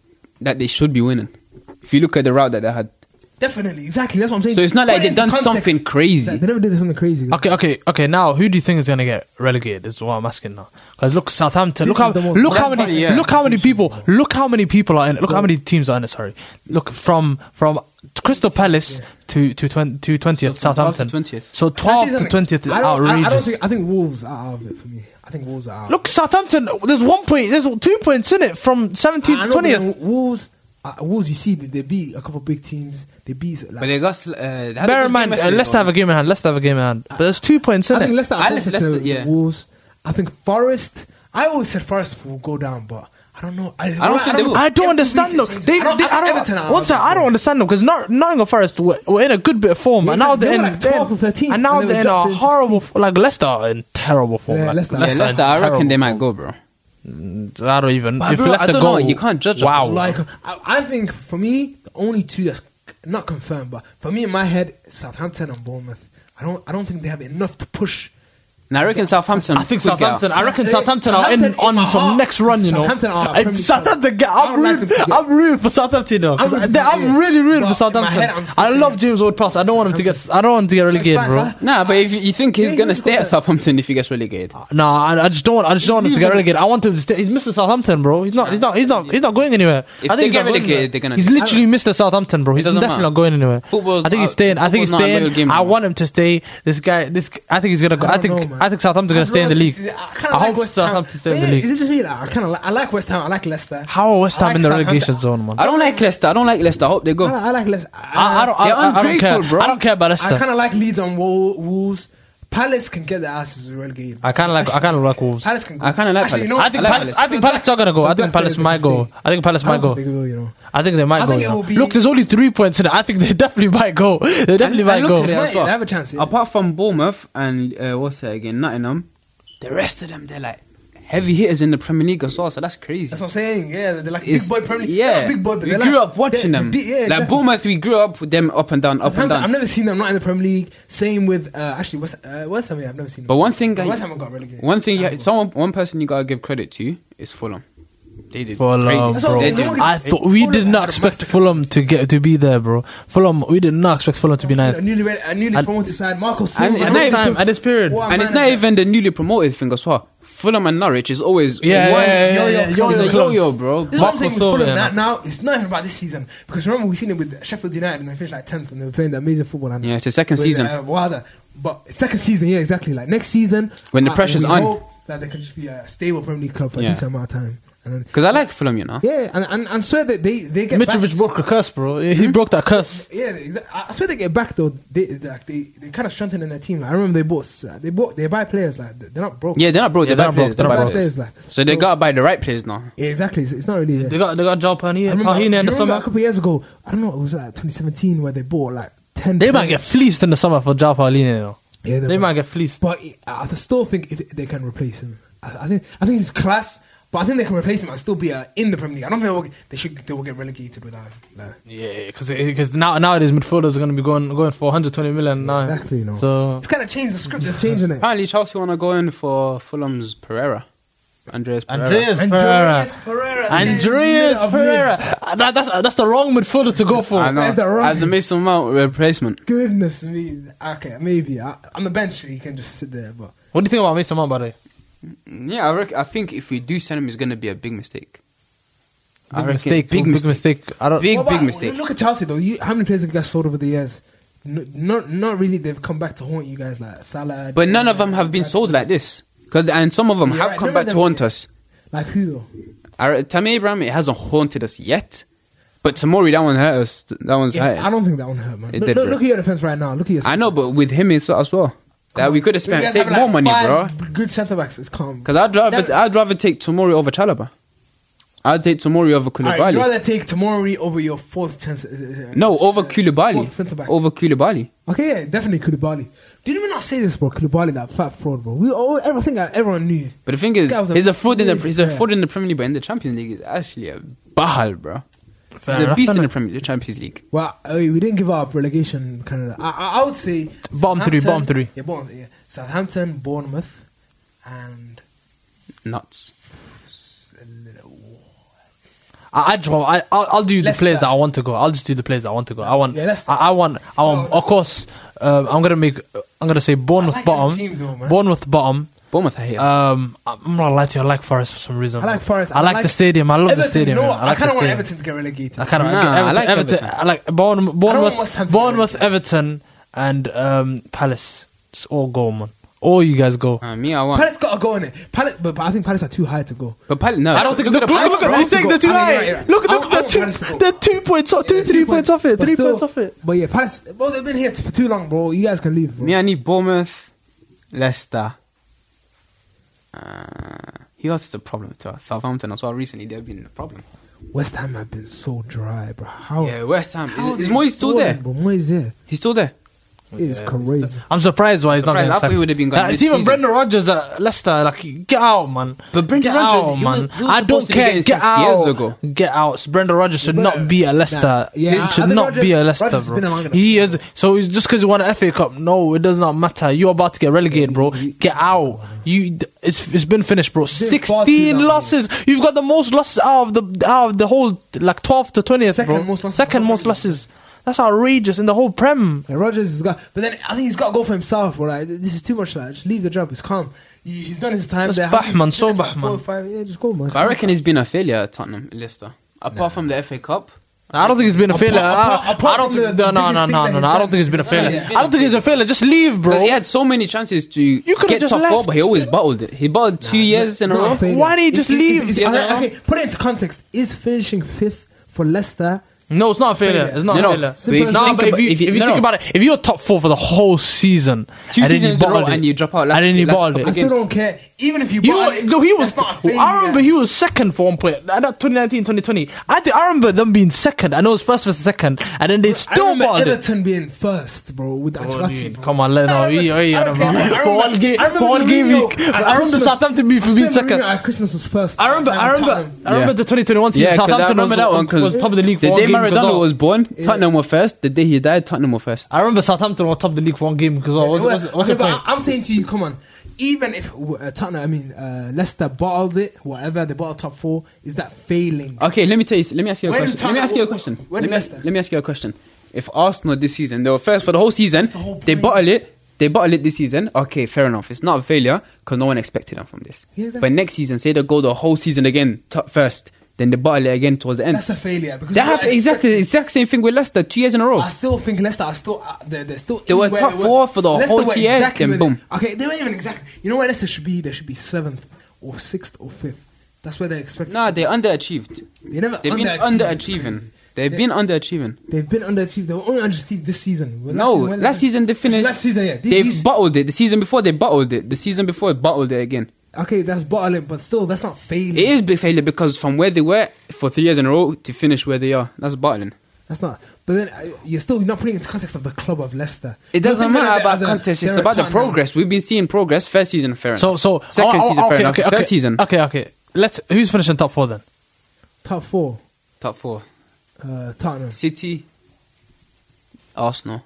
B: that they should be winning. If you look at the route that they had,
C: Definitely, exactly. That's what I'm saying.
B: So it's not like
C: Put
B: they've
C: it into
B: done
C: context.
B: something crazy.
C: Like, they never did something crazy.
A: Okay, okay, okay. Now, who do you think is going to get relegated? Is what I'm asking now. Because look, Southampton.
C: This
A: look how
C: is the most-
A: look how
B: That's
A: many
B: funny, yeah.
A: look how many people look how many people are in. Look how many teams are in it. Sorry, look from from Crystal Palace to to twen- to twentieth
B: So from 12 to
A: Southampton.
B: 20th.
A: So
C: Can I
A: twelve
C: say
A: to
C: something?
A: twentieth is
C: I don't- I, I don't
A: outrageous.
C: think. I think Wolves are out of it for me. I think Wolves are out.
A: Look, Southampton. There's one point. There's two points in it from seventeenth
C: I
A: to
C: know, but
A: twentieth.
C: Wolves. Uh, Wolves. You see, they they beat a couple of big teams. They beat. Like,
B: but they got. sl- Uh, they had
A: Bear
B: a good
A: in mind,
B: game
A: uh,
B: yesterday,
A: Leicester have
B: though.
A: a game in hand. Leicester have a game in hand. But there's two points in
C: I think
A: it.
C: Leicester.
B: I
C: are
B: listen-
C: closer
B: Leicester,
C: to
B: yeah.
C: Wolves. I think Forest. I always said Forest will go down, but I don't know. I,
B: don't think they will.
A: I don't
C: every
A: understand though.
C: week it
A: They,
C: changes.
A: they,
C: I don't, I think
A: I
C: Everton
A: don't.
C: are
A: Once
C: out of it.
A: I don't understand them because Nottingham Forest were, were in a good bit of form,
C: Yeah,
A: and
C: it's
A: now
C: like
A: they're
C: they
A: in
C: were like 12 or 13,
A: and now
C: and they
A: they're
C: were
A: in a
C: dropped into
A: horrible. f- Like Leicester are in terrible form.
C: Yeah,
A: like,
C: Leicester.
A: Leicester,
C: Yeah,
B: Yeah, Leicester,
A: in
B: I reckon they
A: terrible
B: might go, bro.
A: form. I don't even.
B: But
A: if
B: bro, I
A: Leicester
B: don't
A: go,
B: know, you can't judge us.
A: Wow.
C: So, like, I, I think for me, the only two that's not confirmed, but for me in my head, Southampton and Bournemouth. I don't. I don't think they have enough to push.
B: And I reckon Southampton.
A: I think
B: could get out.
A: Southampton. I reckon
C: They-
A: Southampton are in
C: Southampton in
A: on
C: my
A: some
C: heart.
A: next run. You know,
C: Southampton are
A: If
C: Premier League
A: Southampton. get-
C: I
A: I'm
C: don't like
A: rooting.
C: them to get-
A: I'm rooting for Southampton. You know, 'cause
C: I'm rooting
A: they-
C: for them,
A: I'm
C: yeah.
A: really rooting
C: But
A: for
C: in my head,
A: Southampton.
C: I'm still
A: I love
C: saying-
A: James Ward-Prowse. I don't want him to get. I don't want him to get relegated,
C: fine,
A: bro.
C: fine.
B: Nah, but if you, you think he's Oh.
C: Yeah,
B: gonna
C: you
B: stay
C: got
B: at
C: that.
B: Southampton if he gets relegated,
A: No, I, I just don't. I just don't want him to get relegated. I want him to stay. He's Mr. Southampton, bro. He's not. He's not. He's not. He's not going anywhere.
B: If
A: I
B: they
A: think he's
B: get
A: not going
B: relegated,
A: anywhere.
B: they're gonna
A: He's
B: stay.
A: literally Mr. Southampton, bro. He's
B: doesn't
A: definitely
B: matter.
A: not going anywhere.
B: Football's
A: I think he's
B: not-
A: staying. I think he's
B: football's not a real
A: staying.
B: game
A: I
B: anymore.
A: want him to stay. This guy. This. I think he's gonna go. I,
C: don't
A: think.
C: know, man.
A: I think Southampton's gonna
C: I'd
A: stay in the
C: love to
A: league.
C: see- I, kinda
A: I
C: like
A: hope
C: West Ham.
A: Southampton stay in the
C: Yeah, Is
A: league.
C: it just me? Like, I kind of like, I like West Ham. I like Leicester.
A: How are West
C: I
A: Ham
C: like
A: in the
C: Southampton.
A: relegation zone, man?
B: I don't like Leicester. I don't like Leicester. I hope they
C: I,
B: go.
C: like- I like Leicester.
A: I, I don't. I,
B: They're
A: I, I don't care.
B: ungrateful, bro.
A: I don't care about
C: I kind
A: Leicester.
C: of like Leeds and Wol- Wolves. Palace can get their asses relegated.
A: I kind of like. I kind of like Wolves.
C: Palace can. Go.
B: I kinda like
C: Actually,
B: Palace.
C: you know
A: I
C: what?
A: think.
B: I like
A: Palace,
B: Palace.
A: I think Palace are gonna go. I
C: Blackburn
A: think Palace
C: can
A: might go.
C: stay.
A: I think Palace
C: I don't
A: might go.
C: think they will, you know.
A: I think they might go.
C: I think
A: you
C: it
A: know.
C: will be-
A: Look, there's only three points in it. I think they [laughs] definitely might go. They definitely
B: And- and
A: might
B: look
A: go.
B: at it as
C: Might,
B: well.
C: they have a chance, yeah.
B: Apart from Bournemouth and uh, what's that again, Nottingham, the rest of them they're like heavy hitters in the Premier League as well. So that's crazy.
C: That's what I'm saying. Yeah, they're like
B: It's-
C: big boy. Premier League. They're
B: yeah,
C: not big boy, but
B: we
C: they're
B: grew
C: like-
B: up watching
C: they're-
B: them.
C: they're big- yeah,
B: like
C: definitely.
B: Bournemouth, we grew up with them up and down, up and
C: Southampton, I've
B: down.
C: never seen them not in the Premier League. Same with uh, actually West, uh, West Ham. yeah, I've never seen them.
B: But one thing, I,
C: West Ham got relegated.
B: one thing, yeah,
C: That's
B: someone, one person you gotta give credit to is Fulham. They did
A: Fulham,
B: great.
C: That's what I'm
A: bro.
B: They
C: saying.
B: did.
C: No one
A: I
C: is-
A: thought we
C: Fulham
A: did
C: had
A: not
C: a
A: expect
C: masterclass.
A: Fulham to get to be there, bro. Fulham, we did not expect Fulham to be
C: A
A: ninth.
C: newly, a newly
A: And-
C: promoted side, Marco Silva.
B: it's
A: At
B: not
A: this
B: even-
A: time, at this period.
C: What?
B: and it's not
C: manager.
B: even the newly promoted thing as well. Fulham and Norwich is always
A: Yeah,
B: one
A: yeah, yeah, yeah,
B: yo-yo,
A: yeah,
B: it's a
A: yeah.
B: yo-yo, bro.
C: This is what I'm
A: Marco
C: saying with
A: Silva,
C: Fulham
A: yeah,
C: now, now. It's not even about this season because remember we've seen it with Sheffield United and they finished like tenth and they were playing the amazing football. And
B: Yeah, it's the second
C: with,
B: season.
C: Uh, Wilder. but second season, yeah, exactly. Like next season,
B: When the
C: I-
B: pressure's
C: we
B: on.
C: hope that they can just be a stable Premier League club for
B: Yeah.
C: a decent amount of time. And then,
B: Because I like Fulham, you know.
C: yeah, and and, and swear that they they get back-
A: Mitrovic broke a curse, bro. He broke that curse.
C: Yeah, exactly. I I swear they get back though. They they- like, they, they kind of strengthening their team. Like, I remember they bought s- they bought they buy players like they're not broke.
B: Yeah, they're not broke.
A: Yeah,
B: They're,
A: they're
B: not
A: not
B: broke.
A: broke, they're
B: They're
A: not
B: bad
C: broke.
B: players.
C: They're not broke.
B: So they
C: So-
B: gotta buy the right players now.
C: Yeah, exactly. It's, it's not really. Yeah.
A: They got they got Joao
C: I
A: Pahini,
C: remember,
A: Pahini in the
C: do you remember a
A: summer.
C: couple years ago. I don't know. It was like 2017 where they bought like ten.
A: They might
C: players.
A: get fleeced in the summer for Joao Pahini. You know.
C: Yeah,
A: They might get fleeced.
C: But I I still think if they can replace him, I, I think I think he's class. But I think they can replace him and still be uh, in the Premier League. I don't think they will, they should they will get relegated without him. Like,
A: Yeah, because now nowadays midfielders are going to be going going for 120 million now.
C: exactly. No.
A: So
C: it's kind of changed the script. It's changing it.
B: Apparently, Chelsea wanna go in for Fulham's Pereira, Andreas Pereira.
A: Andreas Pereira.
C: Andreas Pereira.
A: Andreas Pereira. Uh, That, that's uh, that's the wrong midfielder to go for.
B: I know.
C: Where's the wrong-
B: As a Mason Mount replacement.
C: Goodness me. Okay, maybe I, on the bench he can just sit there. But
A: What do you think about Mason Mount, by the way?
B: Yeah, I, reckon, I think if we do send him, it's gonna be a big mistake. I
A: Big
B: reckon
A: mistake.
B: big
A: Big
B: mistake.
A: mistake. I don't.
B: Big
C: What about-
B: mistake.
C: Look at Chelsea though. You, how many players have you guys sold over the years? n- not not really. They've come back to haunt you guys like Salah.
B: But none of them have been sold like this. 'Cause- and some of them
C: Yeah,
B: have
C: right,
B: come
C: none of
B: back to
C: them-
B: haunt us.
C: Like who? though?
B: Our, Tammy Abraham, it hasn't haunted us yet. But Tamori, that one hurt us. That one's
C: Yeah, I
B: hurt.
C: don't think that one hurt, man.
B: It
C: Look,
B: did,
C: look,
B: bro.
C: look at your defense right now. Look at your.
B: I know, but with him it's as well. That we could have
C: You
B: spent
C: guys
B: saved
C: have,
B: more
C: like,
B: money, bro.
C: five Good centre backs. It's calm.
B: Because I'd
C: That-
B: rather I'd rather take Tomori over Chalaba. I'd take Tomori over Koulibaly.
C: Alright, you'd rather take Tomori over your fourth chance. uh,
B: no, over
C: Fourth centre
B: Koulibaly.
C: back.
B: Over Koulibaly.
C: Okay, yeah, definitely Koulibaly. Didn't we not say this, bro? Koulibaly, that fat fraud, bro. We all, everything that everyone knew.
B: But the thing is,
C: Guy was a
B: he's a fraud in the
C: really
B: he's a
C: player.
B: fraud in the Premier League, but in the Champions League is actually a bahal, bro.
A: Fair
B: he's a
A: enough,
B: beast in
A: innit?
B: the Premier the Champions League.
C: Well, uh, we didn't give up relegation kind of. I, I, I would say
A: Bottom three,
C: Southampton-
A: bottom three.
C: Yeah, bottom three. Yeah. Southampton, Bournemouth, and
B: Nuts.
A: I, I draw. I, I'll, I'll do the
C: Leicester.
A: players that I want to go. I'll just do the players that I want to go. I want.
C: Yeah, Leicester.
A: I, I want. I want.
C: No,
A: Of course, uh, I'm gonna make. I'm gonna say Bournemouth
C: I like your
A: bottom.
C: team though, man.
A: Bournemouth bottom.
B: Bournemouth, I hate.
A: Um, I'm not lying to you. I like Forest for some reason.
C: I like Forest.
A: I, like, the stadium. I love
C: Everton,
A: the stadium.
C: No,
A: man.
C: I,
A: I, like
C: kind
A: the
C: of want
A: stadium.
C: Everton to get relegated.
A: I kind of
B: Nah, I
A: Everton,
B: like
A: Everton,
B: Everton.
A: I like Bournemouth,
C: West
A: Bournemouth,
C: Ham to
A: Bournemouth,
C: get relegated.
A: Everton, and um, Palace. It's all go, man. All you guys go.
B: uh, me, I want.
C: Palace got to go in it. Palace, but, but I think Palace are too high to go.
B: but Palace, no.
A: I don't think. Look, look,
B: the Palace-
A: look at
C: Palace
A: he's
C: to
A: taking
C: go.
A: the two
C: I mean,
A: high.
C: right, right.
A: Look,
C: I-
A: look,
C: I
A: the
C: want Palace to
A: two,
C: go.
A: the two points off, two,
C: Yeah,
A: three points off it,
C: but
A: three
C: still-
A: points off it.
C: But yeah, Palace. Well, they've been here t- for too long, bro. You guys can leave, bro.
B: Me, I need Bournemouth, Leicester. Uh, who else is a problem to us? Southampton as well. Recently, they've been a problem.
C: West Ham have been so dry, bro.
A: Oh,
C: How?
B: Yeah, West Ham.
C: how
B: Is, is
C: they
B: Moyes still
C: fallen,
B: there?
C: Bro, Moyes there.
B: He's still there.
C: It is crazy.
A: I'm surprised why he's
B: Surprised. I
A: not
B: thought
A: getting
B: he would've been gone
A: Like, it's even
B: mid-season.
A: Brendan Rodgers at Leicester. Like, get out, man.
B: But Brendan
A: get
B: Rodgers,
A: out,
B: he
A: man.
B: was- he was
A: I don't
B: supposed to be
A: care.
B: getting
A: Get
B: sacked years
A: out.
B: ago.
A: Get out. Brendan Rodgers should
C: But-
A: not be at
C: Nah.
A: Leicester.
C: Yeah, I-
A: he should
C: I think
A: not
C: Rodgers-
A: be at Leicester,
C: Rodgers has been
A: bro.
C: among them.
A: He is. So it's just because you won an FA Cup. No, it does not matter. You're about to get relegated, bro. Get out. You. It's it's been finished, bro.
C: been far too long,
A: Sixteen
C: bro.
A: losses. You've got the most losses out of the out of the whole like 12 to 20th,
C: Second
A: bro.
C: most losses.
A: Second most losses. That's outrageous in the whole Prem.
C: Yeah, Rogers has got, but then I think he's got to go for himself. Bro, like this is too much. Like, just leave the job. It's calm. He- He's done his time
A: That's
C: there.
A: Bachmann,
C: How-
A: so
C: four,
A: Bachmann.
C: five- yeah, just go, man.
B: But I reckon he's been a failure at Tottenham, Leicester. Apart from the FA Cup.
A: I don't think he's been a
C: Apart-
A: failure.
C: apart-
A: I-
C: apart
A: I don't
C: from
A: think.
C: the-
A: No, no,
C: the
A: no, no,
C: biggest thing
A: no,
C: that he's
A: no. I don't
C: done.
A: think he's been a
C: Yeah,
A: failure.
B: he's been
A: I don't think he's a failure. Just leave,
B: Because
A: bro.
B: he had so many chances to
A: could've
B: get
A: just
B: top four,
A: left.
B: but he always bottled it. He bottled two years in a row.
A: Why didn't he just leave?
B: Is- is-
C: okay, put it into context. Is finishing fifth for Leicester?
A: No, it's not a failure.
C: Failure.
A: It's not
B: No, no.
A: a failure.
B: But if you
A: no,
B: think
A: but if
B: about-
A: you, if you,
B: no,
A: think
B: no.
A: about it, if you're top four for the whole season,
B: Two
A: and then you
B: seasons in a row
A: bottled it-
B: and you drop out last-
A: and then you
B: last
A: bottled
B: couple
A: it.
C: I
B: of
C: still
B: Against-
C: don't care. Even if you,
A: You
C: bottle
A: were,
C: it,
A: no, he was.
C: that's not a failure.
A: I remember he was second form player. That that 2019, 2020. I, thi- I remember them being second. I know it was first versus second, and then they
C: I
A: still
C: remember
A: bottled it.
C: Everton being first, bro, with
A: Oh,
C: Ancelotti.
A: dude,
C: bro.
A: Come on, let no,
C: I remember-
A: we-
C: I
A: we-
C: remember- I remember-
A: for one game,
C: I remember
A: for one game
C: Mourinho
A: week.
C: at
A: I remember
C: Christmas-
A: Southampton being for being
C: Mourinho
A: second.
C: at Christmas was first.
A: I remember, I remember, I remember
B: Yeah.
A: the 2021 season.
B: Yeah, 'cause I
A: Southampton
B: remember
A: was,
B: that one
A: was
B: because
A: top of the league. for
B: The
A: one
B: day
A: game because
B: Maradona
A: of-
B: was born,
C: Yeah.
B: Tottenham were first. The day he died, Tottenham were first.
A: I remember Southampton were top of the league for one game
B: Oh,
A: because of- what's, what's, what's your
C: Okay, but
A: point?
C: I- I'm saying to you, come on. Even if uh, Tottenham, I mean uh, Leicester bottled it, whatever they bottled top four, is that failing?
B: Okay, let me tell you. Let me ask you a
C: When
B: question.
C: Tottenham-
B: Let me ask you a
C: wh-
B: question.
C: when
B: let, me ask,
C: Leicester-
B: let me ask you a question. If Arsenal this season they were first for the whole season,
C: the whole
B: they
C: point.
B: bottle it. They bottle it this season. Okay, fair enough. It's not a failure because no one expected them from this.
C: Yeah, exactly.
B: But next season, say they go the whole season again top first, then they bottle it again towards the end.
C: That's a failure because
B: that
C: we were
B: happened exactly the
C: expecting-
B: exact same thing with Leicester two years in a row.
C: I still think Leicester are still uh, they're, they're still
B: They
C: in
B: were
C: where
B: top four for the
C: Leicester
B: whole
C: were
B: year, then
C: where
B: boom.
C: They, okay, they weren't even exactly. You know where Leicester should be? They should be seventh or sixth or fifth. That's where they're expected.
B: Nah, they underachieved.
C: they never
B: They've been underachieving. They've
C: Yeah.
B: been underachieving.
C: They've been underachieved. They were only underachieved this season. Well,
B: No,
C: when-
B: last season they finished.
C: Last season, yeah. These-
B: They've
C: these-
B: bottled it. The season before they bottled it. The season before they bottled it again.
C: okay, that's bottling, but still, that's not failing.
B: It is big failure because from where they were for three years in a row to finish where they are, that's bottling.
C: That's not. But then uh, you're still not putting it into context of the club of Leicester.
B: It doesn't
C: Nothing
B: matter
C: better
B: about
C: as a-
B: contest. It's
C: they're a
B: about the
C: Tottenham.
B: progress. We've been seeing progress. First season, fair
A: So,
B: enough.
A: so
B: second
A: oh, oh,
B: season, fair
A: okay,
B: enough.
A: okay,
B: Third
A: okay,
B: season,
A: Okay, okay. Let's. Who's finishing top four then?
C: Top four,
B: top four.
C: uh, Tottenham.
B: City, Arsenal,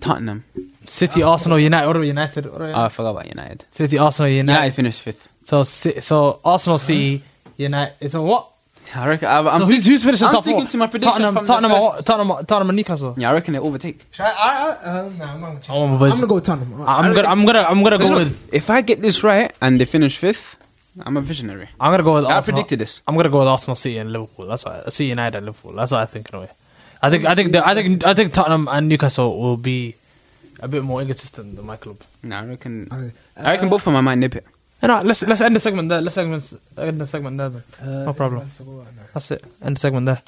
B: Tottenham.
A: City, Arsenal, United. What about United? What about
B: Oh, I
A: United?
B: forgot about United.
A: City, Arsenal, United.
B: United finished fifth.
A: So, Ci- so Arsenal, City, United. So what?
B: I reckon. I, I'm
A: so
B: thinking,
A: who's, who's finishing
B: I'm
A: top four?
B: sticking to my prediction
A: Tottenham,
B: from the
A: Tottenham, or,
B: first-
A: Tottenham, or- Tottenham, and Newcastle.
B: yeah, I reckon they overtake.
C: Should I, I, I, uh, no, I'm not
A: I want
C: gonna
A: my
C: I'm
A: boys.
C: gonna go with Tottenham. I- I
A: I'm gonna,
C: reckon-
A: I'm gonna, I'm gonna go
B: Look,
A: with,
B: if I get this right and they finish fifth, I'm a visionary.
A: I'm gonna go with.
B: I
A: Arsenal.
B: predicted this.
A: I'm gonna go with Arsenal, City, and Liverpool. That's what I, City, United, and Liverpool. That's what I think in a way. I think I think the, I think I think Tottenham and Newcastle will be a bit more inconsistent than my club.
B: Nah, I reckon.
C: Uh,
B: I reckon both of them I might nip it.
A: No, no, let's let's end the segment there. Let's segment end the segment there. Then.
C: Uh,
A: No problem.
C: that's the one, uh,
A: That's it. End the segment there.